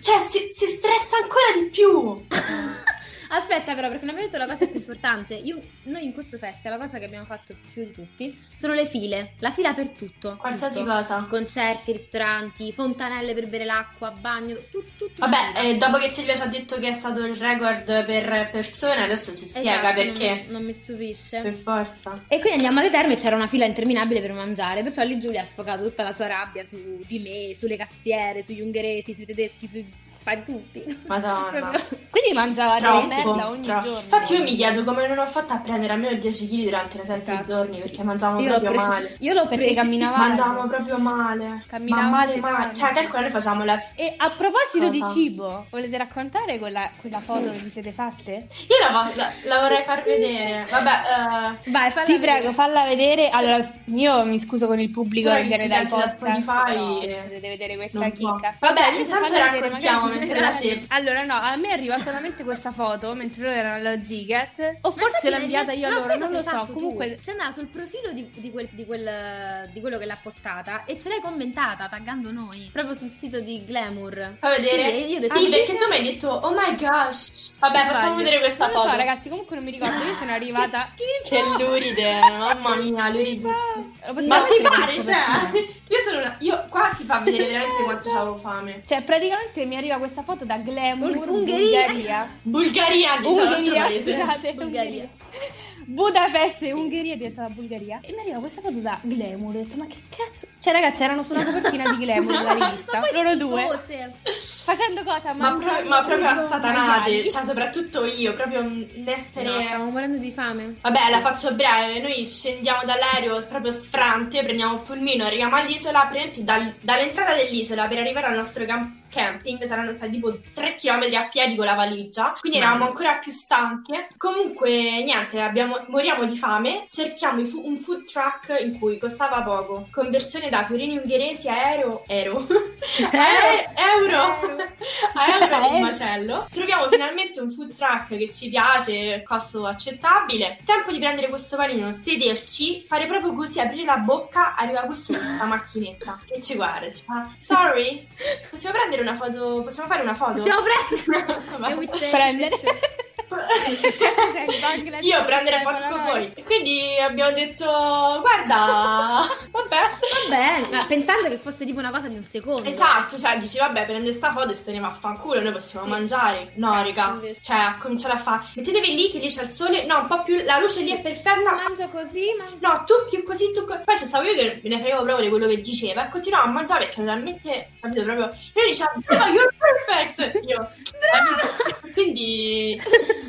[SPEAKER 2] cioè si, si stressa ancora di più.
[SPEAKER 1] Esatto. Aspetta però, perché non abbiamo detto la cosa più importante. Io- noi in questo festival la cosa che abbiamo fatto più di tutti sono le file. La fila per tutto.
[SPEAKER 2] Qualsiasi
[SPEAKER 1] tutto.
[SPEAKER 2] cosa.
[SPEAKER 1] Concerti, ristoranti, fontanelle per bere l'acqua, bagno, tutto. tutto
[SPEAKER 2] Vabbè, eh, dopo che Silvia ci ha detto che è stato il record per persone, adesso si spiega
[SPEAKER 1] Esatto,
[SPEAKER 2] perché.
[SPEAKER 1] Non, non mi stupisce.
[SPEAKER 2] Per forza.
[SPEAKER 1] E quindi andiamo alle terme e c'era una fila interminabile per mangiare, perciò lì Giulia ha sfocato tutta la sua rabbia su di me, sulle cassiere, sugli ungheresi, sui tedeschi, sui fai tutti.
[SPEAKER 2] Madonna.
[SPEAKER 1] Proprio-
[SPEAKER 3] Quindi mangiava della merda
[SPEAKER 2] Troppo,
[SPEAKER 3] ogni
[SPEAKER 2] troppo.
[SPEAKER 3] giorno.
[SPEAKER 2] Infatti io mi chiedo come non ho fatto a prendere almeno 10 kg durante i 7
[SPEAKER 1] Esatto.
[SPEAKER 2] giorni perché mangiavamo
[SPEAKER 1] Io l'ho
[SPEAKER 2] proprio
[SPEAKER 1] preso-
[SPEAKER 2] male.
[SPEAKER 1] Io l'ho
[SPEAKER 3] Perché
[SPEAKER 1] presa.
[SPEAKER 3] camminava-
[SPEAKER 2] Mangiavamo proprio male.
[SPEAKER 3] Camminavamo
[SPEAKER 2] Ma male,
[SPEAKER 3] sui
[SPEAKER 2] male.
[SPEAKER 3] piedi.
[SPEAKER 2] Cioè, calcola, noi facciamo la...
[SPEAKER 3] E a proposito di
[SPEAKER 2] Cosa?
[SPEAKER 3] cibo, volete raccontare quella, quella foto che vi siete fatte?
[SPEAKER 2] Io la, vo- la- la vorrei far vedere. Vabbè, eh,
[SPEAKER 1] Vai, falla
[SPEAKER 3] Ti
[SPEAKER 1] vedere.
[SPEAKER 3] prego, falla vedere. Allora, s- io mi scuso con il pubblico
[SPEAKER 2] Però
[SPEAKER 3] che
[SPEAKER 2] chi
[SPEAKER 3] viene
[SPEAKER 2] ci
[SPEAKER 3] dal
[SPEAKER 2] sente da
[SPEAKER 3] podcast.
[SPEAKER 2] Spotify,
[SPEAKER 3] però
[SPEAKER 2] eh,
[SPEAKER 3] potete vedere questa
[SPEAKER 2] non può.
[SPEAKER 3] chicca.
[SPEAKER 2] Vabbè,
[SPEAKER 3] invece
[SPEAKER 2] intanto
[SPEAKER 3] falla vedere,
[SPEAKER 2] raccontiamo
[SPEAKER 3] magari
[SPEAKER 2] mentre la cerco.
[SPEAKER 3] Allora, no, a me arriva solamente questa foto mentre loro erano alla Ziget. O
[SPEAKER 1] Ma
[SPEAKER 3] forse
[SPEAKER 1] infatti
[SPEAKER 3] l'ho
[SPEAKER 1] l'hai
[SPEAKER 3] inviata
[SPEAKER 1] fatto-
[SPEAKER 3] io a
[SPEAKER 1] no,
[SPEAKER 3] loro,
[SPEAKER 1] sai
[SPEAKER 3] non
[SPEAKER 1] cosa
[SPEAKER 3] lo
[SPEAKER 1] hai
[SPEAKER 3] so.
[SPEAKER 1] fatto tu?
[SPEAKER 3] Comunque,
[SPEAKER 1] Sei andata sul profilo di, di quel- di quel- di quello che l'ha postata e ce l'hai commentata taggando noi, proprio sul sito di Glamour.
[SPEAKER 2] Fa vedere?
[SPEAKER 1] Sì, io ho detto-
[SPEAKER 2] sì,
[SPEAKER 1] Ah, sì?
[SPEAKER 2] perché tu mi hai detto, oh my gosh. Vabbè, facciamo
[SPEAKER 3] sbaglio.
[SPEAKER 2] vedere questa
[SPEAKER 3] non lo
[SPEAKER 2] foto.
[SPEAKER 3] so, ragazzi, comunque non mi ricordo. Io sono arrivata.
[SPEAKER 2] Che luride, mamma mia, luride. Ma
[SPEAKER 3] Lo possiamo
[SPEAKER 2] ti
[SPEAKER 3] mettere
[SPEAKER 2] pare,
[SPEAKER 3] in
[SPEAKER 2] cioè?
[SPEAKER 3] copertina?
[SPEAKER 2] Io sono una... Io, qua si fa vedere veramente quanto c'avevo fame.
[SPEAKER 3] Cioè, praticamente mi arriva questa foto da Glamour,
[SPEAKER 1] Ungheria.
[SPEAKER 3] Bulgaria.
[SPEAKER 2] Bulgaria, di
[SPEAKER 3] Ungheria,
[SPEAKER 2] paese.
[SPEAKER 3] Uh, scusate,
[SPEAKER 1] Bulgaria.
[SPEAKER 3] Ungheria. Budapest e Ungheria è diventata Bulgaria. E mi arriva questa foto da Glamour. Ho detto, ma che cazzo? Cioè, ragazzi, erano sulla copertina di Glamour la rivista.
[SPEAKER 1] Ma poi
[SPEAKER 3] Loro due.
[SPEAKER 1] schifose.
[SPEAKER 3] Facendo cosa?
[SPEAKER 2] Ma, pro-
[SPEAKER 3] Mangiando
[SPEAKER 2] ma proprio a
[SPEAKER 3] frigo,
[SPEAKER 2] satanate,
[SPEAKER 3] maiali.
[SPEAKER 2] cioè soprattutto io, proprio un essere...
[SPEAKER 1] No, stiamo morendo di fame.
[SPEAKER 2] Vabbè, la faccio breve, noi scendiamo dall'aereo proprio sfrante, prendiamo un pulmino, arriviamo all'isola, praticamente dal- dall'entrata dell'isola per arrivare al nostro cam- camping saranno stati tipo 3 km a piedi con la valigia, quindi eravamo ancora più stanche. Comunque, niente, abbiamo- moriamo di fame, cerchiamo i fu- un food truck in cui costava poco, conversione da fiorini ungheresi a euro, euro, Eh, euro, a euro
[SPEAKER 3] Eh.
[SPEAKER 2] del macello. Troviamo finalmente un food truck che ci piace, costo accettabile. Tempo di prendere questo panino, sederci, fare proprio così, aprire la bocca, arriva questo con la macchinetta che ci guarda. e ci fa, Sorry, possiamo prendere una foto? Possiamo fare una foto?
[SPEAKER 1] Possiamo prendere.
[SPEAKER 2] Vabbè.
[SPEAKER 1] E with-
[SPEAKER 3] Prendere. Sei in Bangladesh,
[SPEAKER 2] Io prendere
[SPEAKER 3] stai
[SPEAKER 2] foto con
[SPEAKER 3] parlando.
[SPEAKER 2] voi. E quindi abbiamo detto, guarda, vabbè.
[SPEAKER 1] Bene, pensando che fosse tipo una cosa di un secondo.
[SPEAKER 2] Esatto, cioè dici vabbè prende sta foto e se ne va a fanculo, noi possiamo
[SPEAKER 1] Sì. Ecco,
[SPEAKER 2] mangiare. No, raga,
[SPEAKER 1] invece.
[SPEAKER 2] cioè a cominciare a fare, mettetevi lì che lì c'è il sole, no, un po' più, la luce lì è perfetta.
[SPEAKER 1] Mangio così, ma
[SPEAKER 2] No, tu più così, tu co- Poi c'è stavo io che me ne fregevo proprio di quello che diceva e continuavo a mangiare perché veramente, capito, proprio... E lui diceva, no, you're perfect! Io, brava! Quindi...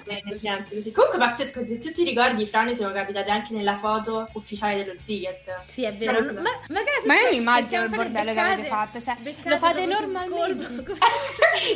[SPEAKER 2] eh, niente, così. Comunque pazzesco, se tu ti ricordi, Fra, noi siamo capitate anche nella foto ufficiale dello Ziget.
[SPEAKER 1] Sì, è vero.
[SPEAKER 2] No, no.
[SPEAKER 1] Ma, ma che era
[SPEAKER 3] Ma io
[SPEAKER 1] successo?
[SPEAKER 3] mi immagino
[SPEAKER 1] Siamo
[SPEAKER 3] il
[SPEAKER 1] state
[SPEAKER 3] bordello che
[SPEAKER 1] beccate-
[SPEAKER 3] avete fatto. Cioè,
[SPEAKER 1] beccate
[SPEAKER 3] lo fate
[SPEAKER 1] proprio sul
[SPEAKER 3] normalmente.
[SPEAKER 1] colpo.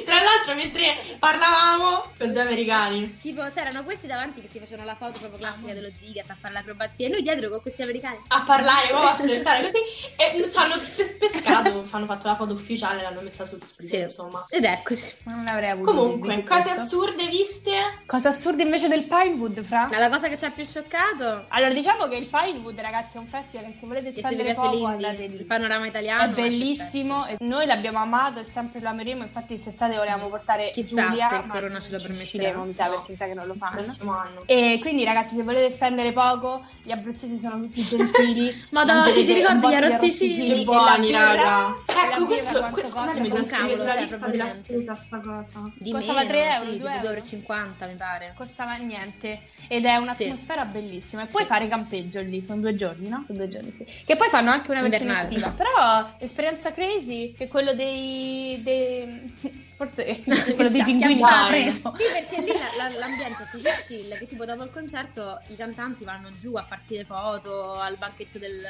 [SPEAKER 2] Tra l'altro, mentre parlavamo con due americani.
[SPEAKER 1] Tipo, c'erano questi davanti che si facevano la foto proprio
[SPEAKER 2] Ah.
[SPEAKER 1] classica dello Zigat a fare l'acrobazia, e noi dietro con questi americani.
[SPEAKER 2] A parlare, proprio a flirtare così e ci hanno pe- pescato. Hanno fatto la foto ufficiale, l'hanno messa sul sito.
[SPEAKER 1] Sì.
[SPEAKER 2] Insomma,
[SPEAKER 1] Ed eccoci.
[SPEAKER 3] Ma non avrei avuto dubbi
[SPEAKER 2] comunque,
[SPEAKER 3] su
[SPEAKER 2] cose
[SPEAKER 3] questo.
[SPEAKER 2] assurde viste.
[SPEAKER 3] Cosa assurda invece del Pinewood, Fra?
[SPEAKER 1] Ma la cosa che ci ha più scioccato
[SPEAKER 3] Allora, diciamo che il Pinewood, ragazzi, è un festival che se volete
[SPEAKER 1] è che se vi
[SPEAKER 3] spendere
[SPEAKER 1] piace
[SPEAKER 3] poco
[SPEAKER 1] l'indie,
[SPEAKER 3] andate
[SPEAKER 1] il
[SPEAKER 3] lì.
[SPEAKER 1] panorama italiano
[SPEAKER 3] È bellissimo, e noi l'abbiamo amato e sempre lo ameremo, infatti quest'estate volevamo portare
[SPEAKER 1] Chissà
[SPEAKER 3] Giulia,
[SPEAKER 1] se il
[SPEAKER 3] ma
[SPEAKER 1] corona
[SPEAKER 3] non
[SPEAKER 1] ce lo
[SPEAKER 3] ci
[SPEAKER 1] permetterà.
[SPEAKER 3] riusciremo, mi sa, perché mi sa che non lo fanno.
[SPEAKER 2] Prossimo anno.
[SPEAKER 3] E quindi ragazzi, se volete spendere poco, gli abruzzesi sono tutti gentili.
[SPEAKER 1] Madonna,
[SPEAKER 3] mangerete
[SPEAKER 1] sì, ti ricordi
[SPEAKER 3] un
[SPEAKER 1] gli
[SPEAKER 3] botto di
[SPEAKER 1] arrosticini?
[SPEAKER 3] arrosticini
[SPEAKER 2] Che
[SPEAKER 3] e
[SPEAKER 2] buoni,
[SPEAKER 3] la birra-
[SPEAKER 2] raga.
[SPEAKER 3] e la
[SPEAKER 2] Ecco,
[SPEAKER 3] birra
[SPEAKER 2] questo,
[SPEAKER 3] quanto
[SPEAKER 2] questo
[SPEAKER 3] costa,
[SPEAKER 2] guardate, mi devo
[SPEAKER 3] con
[SPEAKER 1] un
[SPEAKER 2] scrivere
[SPEAKER 1] cavolo,
[SPEAKER 2] sulla
[SPEAKER 1] cioè,
[SPEAKER 2] lista
[SPEAKER 1] proprio
[SPEAKER 2] della
[SPEAKER 1] niente.
[SPEAKER 2] spesa, sta cosa.
[SPEAKER 1] Di
[SPEAKER 3] Costava
[SPEAKER 1] meno,
[SPEAKER 3] tre euro,
[SPEAKER 1] sì,
[SPEAKER 3] due
[SPEAKER 1] tipo
[SPEAKER 3] euro.
[SPEAKER 1] 2,50 mi pare.
[SPEAKER 3] Costava niente ed è un'atmosfera bellissima. E puoi
[SPEAKER 1] Sì.
[SPEAKER 3] fare campeggio lì, sono due giorni, no? Sono due giorni, sì. Che poi fanno anche una versione
[SPEAKER 1] Invernale.
[SPEAKER 3] estiva. Però esperienza crazy che quello dei. dei- forse quello dei
[SPEAKER 1] Sciacchia
[SPEAKER 3] pinguini
[SPEAKER 2] male.
[SPEAKER 3] l'ha preso.
[SPEAKER 1] Sì, perché lì la- la- l'ambiente è così chill che tipo dopo il concerto i cantanti vanno giù a farsi le foto al banchetto del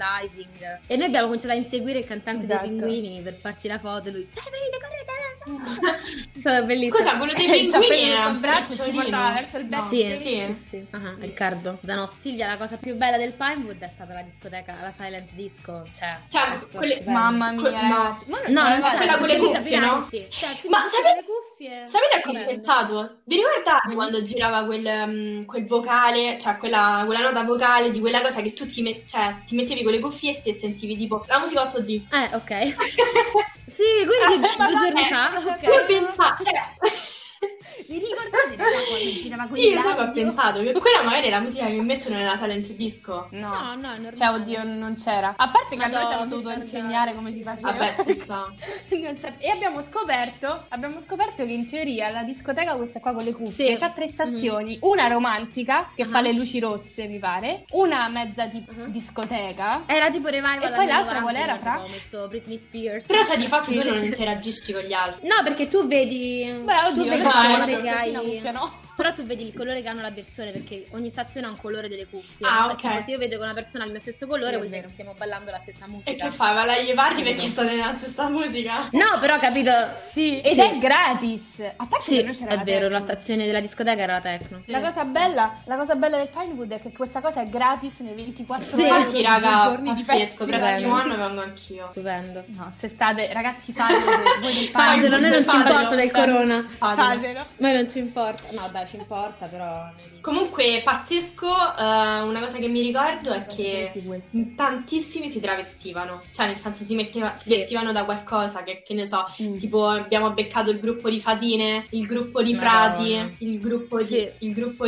[SPEAKER 1] merchandising e noi abbiamo cominciato a inseguire il cantante
[SPEAKER 3] Esatto.
[SPEAKER 1] dei pinguini per farci la foto e lui dai venite correte dai". è stato bellissimo
[SPEAKER 2] Scusa, quello dei
[SPEAKER 1] Eh,
[SPEAKER 3] Ci ha
[SPEAKER 2] pinguini
[SPEAKER 3] preso
[SPEAKER 2] era un
[SPEAKER 3] col Cioè, braccio e ci
[SPEAKER 2] bracciolino.
[SPEAKER 3] portava verso il
[SPEAKER 2] No.
[SPEAKER 3] backstage.
[SPEAKER 1] Sì,
[SPEAKER 2] Sì.
[SPEAKER 1] sì, sì. Ah, Riccardo Zanotto. Silvia, la cosa più bella del Pinewood è stata la discoteca, la silent disco. Cioè,
[SPEAKER 2] Cioè,
[SPEAKER 1] adesso-
[SPEAKER 2] quelle-
[SPEAKER 1] stupendo.
[SPEAKER 3] Mamma mia,
[SPEAKER 2] Que- no.
[SPEAKER 3] ragazzi. Ma
[SPEAKER 1] No, non
[SPEAKER 3] c'avevate-
[SPEAKER 1] c'è
[SPEAKER 2] quella con le
[SPEAKER 1] Questa
[SPEAKER 2] cuffie,
[SPEAKER 1] prima,
[SPEAKER 2] no?
[SPEAKER 1] sì. Cioè, tu
[SPEAKER 2] Ma
[SPEAKER 1] metti
[SPEAKER 2] sapete-
[SPEAKER 1] le cuffie.
[SPEAKER 2] Sapete a cosa ho
[SPEAKER 1] Stupendo.
[SPEAKER 2] pensato? Vi
[SPEAKER 3] Mm-hmm.
[SPEAKER 2] ricordate quando girava quel, mm, quel vocale, cioè quella, quella nota vocale di quella cosa che tu ti, met- cioè, ti mettevi con le cuffiette e sentivi tipo la musica 8D?
[SPEAKER 1] Eh, ok. Sì, quello di
[SPEAKER 2] Ma
[SPEAKER 1] due giorni
[SPEAKER 2] vabbè,
[SPEAKER 1] fa.
[SPEAKER 2] Io
[SPEAKER 1] Ok.
[SPEAKER 2] pensavo,
[SPEAKER 3] Vi ricordate raga, quando girava
[SPEAKER 2] cioè, io
[SPEAKER 3] quell'audio?
[SPEAKER 2] so che ho pensato, che quella magari è la musica che mettono nella sala in disco.
[SPEAKER 1] No,
[SPEAKER 3] No.
[SPEAKER 1] no, è normale.
[SPEAKER 3] Cioè, oddio, non c'era. A parte che a noi
[SPEAKER 1] Madonna,
[SPEAKER 3] ci hanno
[SPEAKER 1] mi
[SPEAKER 3] dovuto
[SPEAKER 1] ricordavo.
[SPEAKER 3] insegnare come si faceva.
[SPEAKER 2] Vabbè, ci sta.
[SPEAKER 3] Non sap- e abbiamo scoperto, abbiamo scoperto che in teoria la discoteca, questa qua con le cuffie,
[SPEAKER 1] Sì. Mm. Ah.
[SPEAKER 3] ha tre stazioni: una romantica che fa le luci rosse, mi pare, una mezza di-
[SPEAKER 1] Mhm.
[SPEAKER 3] discoteca.
[SPEAKER 1] Era tipo revival
[SPEAKER 3] E poi
[SPEAKER 1] anni
[SPEAKER 3] l'altra
[SPEAKER 1] 90,
[SPEAKER 3] qual era, Fra?
[SPEAKER 1] Avevo messo Britney Spears.
[SPEAKER 2] Però cioè, di fatto
[SPEAKER 3] Sì.
[SPEAKER 2] tu non interagisci con gli altri.
[SPEAKER 1] No, perché tu vedi...
[SPEAKER 3] Beh,
[SPEAKER 1] tu
[SPEAKER 3] oddio,
[SPEAKER 1] vedi
[SPEAKER 3] adesso
[SPEAKER 2] dai,
[SPEAKER 3] non
[SPEAKER 1] quello
[SPEAKER 3] è
[SPEAKER 1] che
[SPEAKER 3] così una
[SPEAKER 1] hai...
[SPEAKER 3] cuffia, no?
[SPEAKER 1] Però tu vedi il colore che hanno la persone perché ogni stazione ha un colore delle cuffie.
[SPEAKER 2] Ah,
[SPEAKER 1] Perché
[SPEAKER 2] ok.
[SPEAKER 1] tipo, se io vedo che una persona ha il mio stesso colore,
[SPEAKER 3] Sì, è
[SPEAKER 1] vuol dire
[SPEAKER 3] vero.
[SPEAKER 1] che stiamo ballando la stessa musica.
[SPEAKER 2] E che fai? Va là, gli parli perché state nella stessa musica?
[SPEAKER 1] No, però capito.
[SPEAKER 3] Sì, ed
[SPEAKER 1] Sì.
[SPEAKER 3] è gratis. A parte
[SPEAKER 1] Sì,
[SPEAKER 3] che noi c'era
[SPEAKER 1] è vero, la
[SPEAKER 3] Techno.
[SPEAKER 1] stazione della discoteca era la techno.
[SPEAKER 3] La cosa, bella, la cosa bella del Pinewood è che questa cosa è gratis nei 24
[SPEAKER 1] Sì.
[SPEAKER 3] ore,
[SPEAKER 2] Infatti,
[SPEAKER 3] nei
[SPEAKER 2] raga,
[SPEAKER 3] giorni di
[SPEAKER 2] pazzesco,
[SPEAKER 3] festival.
[SPEAKER 2] prossimo anno vengo anch'io.
[SPEAKER 1] Stupendo.
[SPEAKER 3] No, se state, ragazzi, fatelo. se voi del
[SPEAKER 1] Fatelo,
[SPEAKER 3] Pinewood-
[SPEAKER 1] a noi non ci
[SPEAKER 2] fatelo,
[SPEAKER 1] importa del
[SPEAKER 2] fatelo.
[SPEAKER 1] corona.
[SPEAKER 2] Fatelo.
[SPEAKER 3] Fatelo.
[SPEAKER 1] Ma non ci importa. No, dai, ci importa, però.
[SPEAKER 2] Comunque, pazzesco, eh, una cosa che mi ricordo è che
[SPEAKER 3] Questo.
[SPEAKER 2] tantissimi si travestivano, cioè nel senso si, metteva- si
[SPEAKER 1] Sì.
[SPEAKER 2] vestivano da qualcosa, che, che ne so,
[SPEAKER 3] Mm.
[SPEAKER 2] tipo abbiamo beccato il gruppo di Fatine, il gruppo di
[SPEAKER 1] Madonna.
[SPEAKER 2] Frati, il gruppo di,
[SPEAKER 1] Sì.
[SPEAKER 2] il gruppo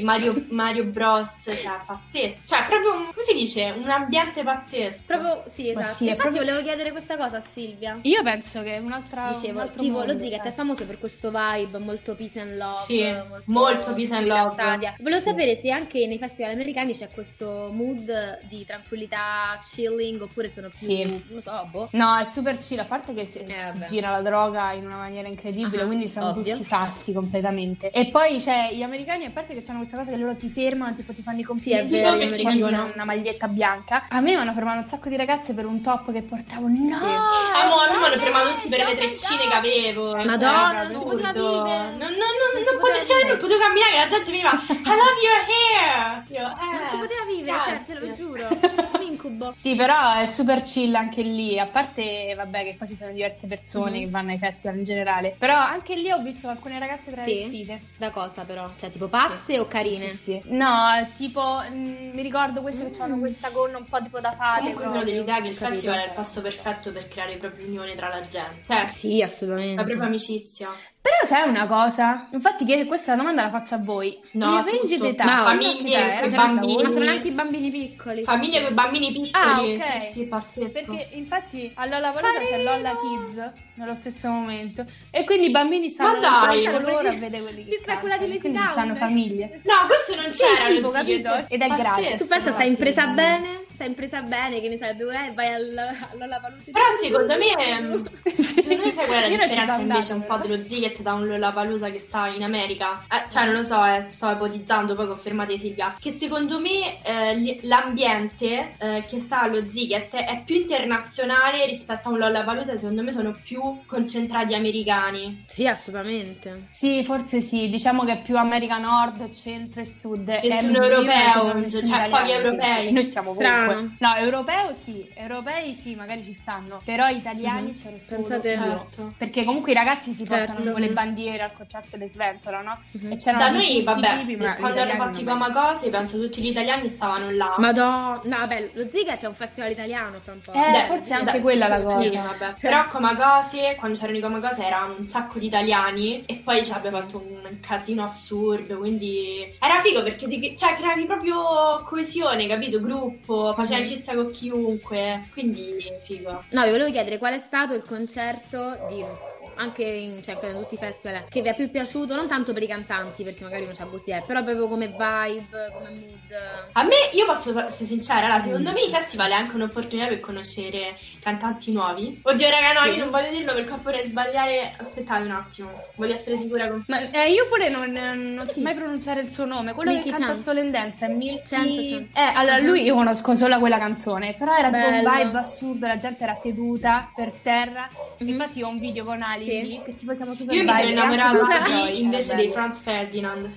[SPEAKER 2] Mario, Mario Bros, cioè pazzesco, cioè proprio, un- come si dice, un ambiente pazzesco.
[SPEAKER 1] Proprio, sì,
[SPEAKER 3] Ma
[SPEAKER 1] esatto.
[SPEAKER 3] sì, è
[SPEAKER 1] Infatti,
[SPEAKER 3] proprio-
[SPEAKER 1] volevo chiedere questa cosa a Silvia.
[SPEAKER 3] Io penso che un'altra. un
[SPEAKER 1] Dicevo,
[SPEAKER 3] altro
[SPEAKER 1] tipo lo
[SPEAKER 3] mondo, eh.
[SPEAKER 1] Ziggett
[SPEAKER 3] dai.
[SPEAKER 1] è famoso per questo vibe molto peace and love.
[SPEAKER 2] Sì, molto peace and love.
[SPEAKER 1] rilassati. Volevo
[SPEAKER 3] Sì.
[SPEAKER 1] sapere se anche nei festival americani c'è questo mood di tranquillità, chilling, oppure sono più,
[SPEAKER 3] Sì.
[SPEAKER 1] non lo so, boh.
[SPEAKER 3] No, è super chill, a parte che si-
[SPEAKER 1] Eh, vabbè.
[SPEAKER 3] gira la droga in una maniera incredibile,
[SPEAKER 1] Ah,
[SPEAKER 3] quindi sono
[SPEAKER 1] ovvio.
[SPEAKER 3] tutti fatti completamente. E poi c'è gli americani, a parte che hanno questa cosa che loro ti fermano, tipo ti fanno i
[SPEAKER 1] è
[SPEAKER 3] complimenti,
[SPEAKER 1] vero,
[SPEAKER 3] perché
[SPEAKER 1] gli
[SPEAKER 3] ti
[SPEAKER 2] americani.
[SPEAKER 3] fanno una maglietta bianca. A me mi hanno fermato un sacco di ragazze per un top che portavo. No!
[SPEAKER 1] Sì.
[SPEAKER 2] Ah, mo, a me mi hanno
[SPEAKER 3] no,
[SPEAKER 2] fermato tutti per
[SPEAKER 3] no,
[SPEAKER 2] le
[SPEAKER 3] no,
[SPEAKER 2] treccine
[SPEAKER 3] no.
[SPEAKER 2] che avevo.
[SPEAKER 1] Madonna,
[SPEAKER 2] Cioè,
[SPEAKER 1] non si Eh, poteva
[SPEAKER 2] assurdo.
[SPEAKER 1] vivere.
[SPEAKER 2] Non, non, non,
[SPEAKER 1] Non si poteva
[SPEAKER 2] non pote- cioè,
[SPEAKER 1] vivere.
[SPEAKER 2] non potevo camminare, che la gente mi diceva I love your hair. Io, eh,
[SPEAKER 1] Non si poteva vivere, cioè, te lo
[SPEAKER 2] grazie.
[SPEAKER 1] giuro. Un incubo.
[SPEAKER 3] Sì, però è super chill anche lì, a parte vabbè che poi ci sono diverse persone
[SPEAKER 1] Mhm.
[SPEAKER 3] che vanno ai festival in generale, però anche lì ho visto alcune ragazze travestite.
[SPEAKER 1] Da cosa però? Cioè, tipo pazze o carine?
[SPEAKER 3] Sì, sì. No, tipo, mh, mi ricordo queste che hanno questa gonna un po' tipo da fate.
[SPEAKER 2] Mm. Comunque sono
[SPEAKER 3] proprio.
[SPEAKER 2] dell'idea che il
[SPEAKER 3] Capito?
[SPEAKER 2] festival è il passo perfetto per creare proprio unione tra la gente.
[SPEAKER 3] Eh,
[SPEAKER 2] Cioè,
[SPEAKER 1] Sì,
[SPEAKER 2] la
[SPEAKER 1] assolutamente.
[SPEAKER 2] propria amicizia.
[SPEAKER 3] Però sai una cosa? Infatti che questa domanda la faccio a voi.
[SPEAKER 2] No,
[SPEAKER 3] il range
[SPEAKER 2] tutto.
[SPEAKER 3] d'età.
[SPEAKER 1] Ma
[SPEAKER 2] famiglie,
[SPEAKER 3] Aspetta, eh,
[SPEAKER 2] coi
[SPEAKER 3] aspetta,
[SPEAKER 2] bambini.
[SPEAKER 3] voi-
[SPEAKER 1] Ma sono anche i bambini piccoli.
[SPEAKER 2] Famiglie con bambini piccoli.
[SPEAKER 3] Ah, ok.
[SPEAKER 2] Sì, sì, pazzesco.
[SPEAKER 3] Perché infatti a Lolla Volosa c'è
[SPEAKER 1] Carino!
[SPEAKER 3] Lolla Kids nello stesso momento e quindi i bambini stanno
[SPEAKER 2] Ma dai!
[SPEAKER 3] con loro a vedere quelli che
[SPEAKER 1] Ci sta quella
[SPEAKER 3] cantano,
[SPEAKER 1] di Lady
[SPEAKER 3] quindi
[SPEAKER 1] Gaga.
[SPEAKER 3] stanno famiglie.
[SPEAKER 2] No, questo non
[SPEAKER 3] Sì,
[SPEAKER 2] c'era.
[SPEAKER 3] tipo,
[SPEAKER 2] lo zio.
[SPEAKER 3] capito? Ed è
[SPEAKER 2] Pazzesco.
[SPEAKER 3] gratis.
[SPEAKER 1] Tu pensa, stai
[SPEAKER 3] Esatto,
[SPEAKER 1] in presa
[SPEAKER 3] quindi-
[SPEAKER 1] bene? Stai in presa bene, che ne sai, eh, vai alla, alla valuta.
[SPEAKER 2] Però secondo me mm, Secondo me sai qual Cioè, è la
[SPEAKER 3] Io non ci eh.
[SPEAKER 2] differenza
[SPEAKER 3] sono
[SPEAKER 2] invece un
[SPEAKER 3] andata,
[SPEAKER 2] po'
[SPEAKER 3] però.
[SPEAKER 2] dello Ziggett da un Lollapalooza che sta in America? Eh, cioè, non lo so, eh, sto ipotizzando, poi confermate Silvia, che secondo me eh, li- l'ambiente eh, che sta allo Ziggett è più internazionale rispetto a un Lollapalooza, secondo me sono più concentrati americani.
[SPEAKER 1] Sì, assolutamente.
[SPEAKER 3] Sì, forse sì, diciamo che è più America Nord, Centro e Sud. È
[SPEAKER 2] Nessun
[SPEAKER 3] un giro
[SPEAKER 2] europeo,
[SPEAKER 3] che non nessun
[SPEAKER 2] cioè,
[SPEAKER 3] italiano,
[SPEAKER 2] pochi
[SPEAKER 3] sì.
[SPEAKER 2] europei.
[SPEAKER 3] Noi siamo
[SPEAKER 1] Strano.
[SPEAKER 3] ovunque. No, europeo sì, europei sì, magari ci stanno, però italiani
[SPEAKER 1] Mhm.
[SPEAKER 3] c'ero solo
[SPEAKER 1] Pensate-
[SPEAKER 3] io.
[SPEAKER 2] Certo.
[SPEAKER 3] Perché comunque i ragazzi si
[SPEAKER 1] Certo. Mhm.
[SPEAKER 3] portano con le bandiere al concerto le sventola, no? Mhm. E c'erano
[SPEAKER 2] Da
[SPEAKER 3] di tutti
[SPEAKER 2] noi,
[SPEAKER 3] i
[SPEAKER 2] vabbè,
[SPEAKER 3] tipi, ma gli
[SPEAKER 2] quando hanno
[SPEAKER 3] italiani
[SPEAKER 2] fatto i
[SPEAKER 3] non mai.
[SPEAKER 2] Kamakaze, penso tutti gli italiani stavano là.
[SPEAKER 1] Madonna, no, vabbè, lo Ziggett è un festival italiano fra un po'.
[SPEAKER 3] Eh,
[SPEAKER 2] Dai,
[SPEAKER 3] forse
[SPEAKER 2] dai,
[SPEAKER 3] anche quella la
[SPEAKER 2] sì,
[SPEAKER 3] cosa.
[SPEAKER 2] vabbè.
[SPEAKER 1] Cioè-
[SPEAKER 2] Però Comagose, quando c'erano i Comagose erano un sacco di italiani e poi ci abbiamo fatto un casino assurdo, quindi era figo perché ti- cioè, creavi proprio coesione, capito? Gruppo, facevi
[SPEAKER 3] Mm.
[SPEAKER 2] amicizia con chiunque, quindi figo.
[SPEAKER 1] No, vi volevo chiedere qual è stato il concerto di anche in, cioè, per tutti i festival che vi è più piaciuto, non tanto per i cantanti, perché magari non c'ha gusti, eh, però proprio come vibe, come mood.
[SPEAKER 2] A me, io posso essere sincera, allora, secondo
[SPEAKER 3] Mm.
[SPEAKER 2] me il festival è anche un'opportunità per conoscere cantanti nuovi. Oddio raga, no,
[SPEAKER 1] Sì.
[SPEAKER 2] io non voglio dirlo perché ho paura di sbagliare. Aspettate un attimo, voglio essere sicura con...
[SPEAKER 3] Ma eh, io pure non, non so
[SPEAKER 1] Chi?
[SPEAKER 3] mai pronunciare il suo nome, quello
[SPEAKER 1] Milky
[SPEAKER 3] che canta
[SPEAKER 1] Chance.
[SPEAKER 3] solo in Dance è Milky
[SPEAKER 1] Chance, Chance.
[SPEAKER 3] Eh, allora
[SPEAKER 1] Mhm.
[SPEAKER 3] lui io conosco solo quella canzone, però era tipo un
[SPEAKER 1] Bello.
[SPEAKER 3] vibe assurdo, la gente era seduta per terra.
[SPEAKER 1] Mhm.
[SPEAKER 3] Infatti io ho un video con Ali
[SPEAKER 1] Sì.
[SPEAKER 3] lì, che tipo siamo super
[SPEAKER 2] Io mi sono
[SPEAKER 3] vibe, era
[SPEAKER 2] innamorata
[SPEAKER 3] anche una
[SPEAKER 2] di,
[SPEAKER 3] gioia,
[SPEAKER 2] invece
[SPEAKER 3] era
[SPEAKER 2] dei
[SPEAKER 3] bello.
[SPEAKER 2] Franz Ferdinand.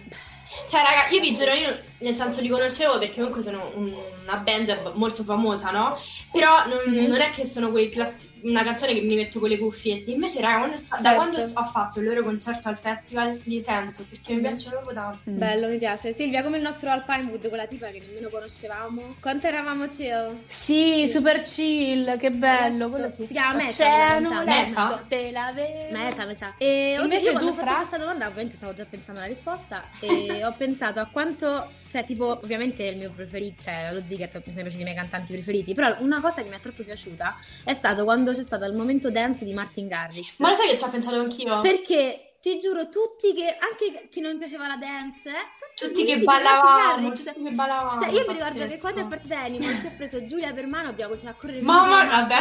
[SPEAKER 2] Cioè, raga, io vi giuro, io non- nel senso li conoscevo perché comunque sono un- una band molto famosa, no? Però non,
[SPEAKER 1] Mhm.
[SPEAKER 2] non è che sono quelli classi- una canzone che mi metto con le cuffiette. Invece, raga, quando sta- da
[SPEAKER 1] Certo.
[SPEAKER 2] quando s- ho fatto il loro concerto al festival li sento perché mi
[SPEAKER 1] Mhm.
[SPEAKER 2] piacciono proprio tanto.
[SPEAKER 3] Mm.
[SPEAKER 1] Bello, mi piace. Silvia, come il nostro Alpine Wood, quella tipa che nemmeno conoscevamo. Quanto eravamo chill?
[SPEAKER 3] Sì, super chill, che bello. quello sì. Cioè,
[SPEAKER 1] Si chiama Mesa,
[SPEAKER 3] C'è
[SPEAKER 1] quella
[SPEAKER 2] cantante.
[SPEAKER 3] Nuvolento, te la vedo.
[SPEAKER 1] Mesa, mesa. E oddio,
[SPEAKER 3] Invece
[SPEAKER 1] io quando
[SPEAKER 3] tu,
[SPEAKER 1] ho fatto
[SPEAKER 3] Fra?
[SPEAKER 1] questa domanda, ovviamente stavo già pensando alla risposta e ho pensato a quanto, cioè tipo, ovviamente il mio preferito, cioè lo Ziggett mi sono piaciuti i miei cantanti preferiti, però una cosa che mi è troppo piaciuta è stato quando c'è stato il momento dance di Martin Garrix.
[SPEAKER 2] Ma lo sai che ci ho pensato anch'io?
[SPEAKER 1] Perché ti giuro, tutti che, anche chi non mi piaceva la dance, eh, tutti,
[SPEAKER 2] Tutti che
[SPEAKER 1] uniti di
[SPEAKER 2] ballavamo,
[SPEAKER 1] Martin Garrix.
[SPEAKER 2] tutti che ballavamo.
[SPEAKER 1] Cioè, io mi ricordo che quando è
[SPEAKER 2] pazzesco.
[SPEAKER 1] partita Animal ci ho preso Giulia per mano, abbiamo cominciato a correre.
[SPEAKER 2] Mamma,
[SPEAKER 1] intorno.
[SPEAKER 2] vabbè.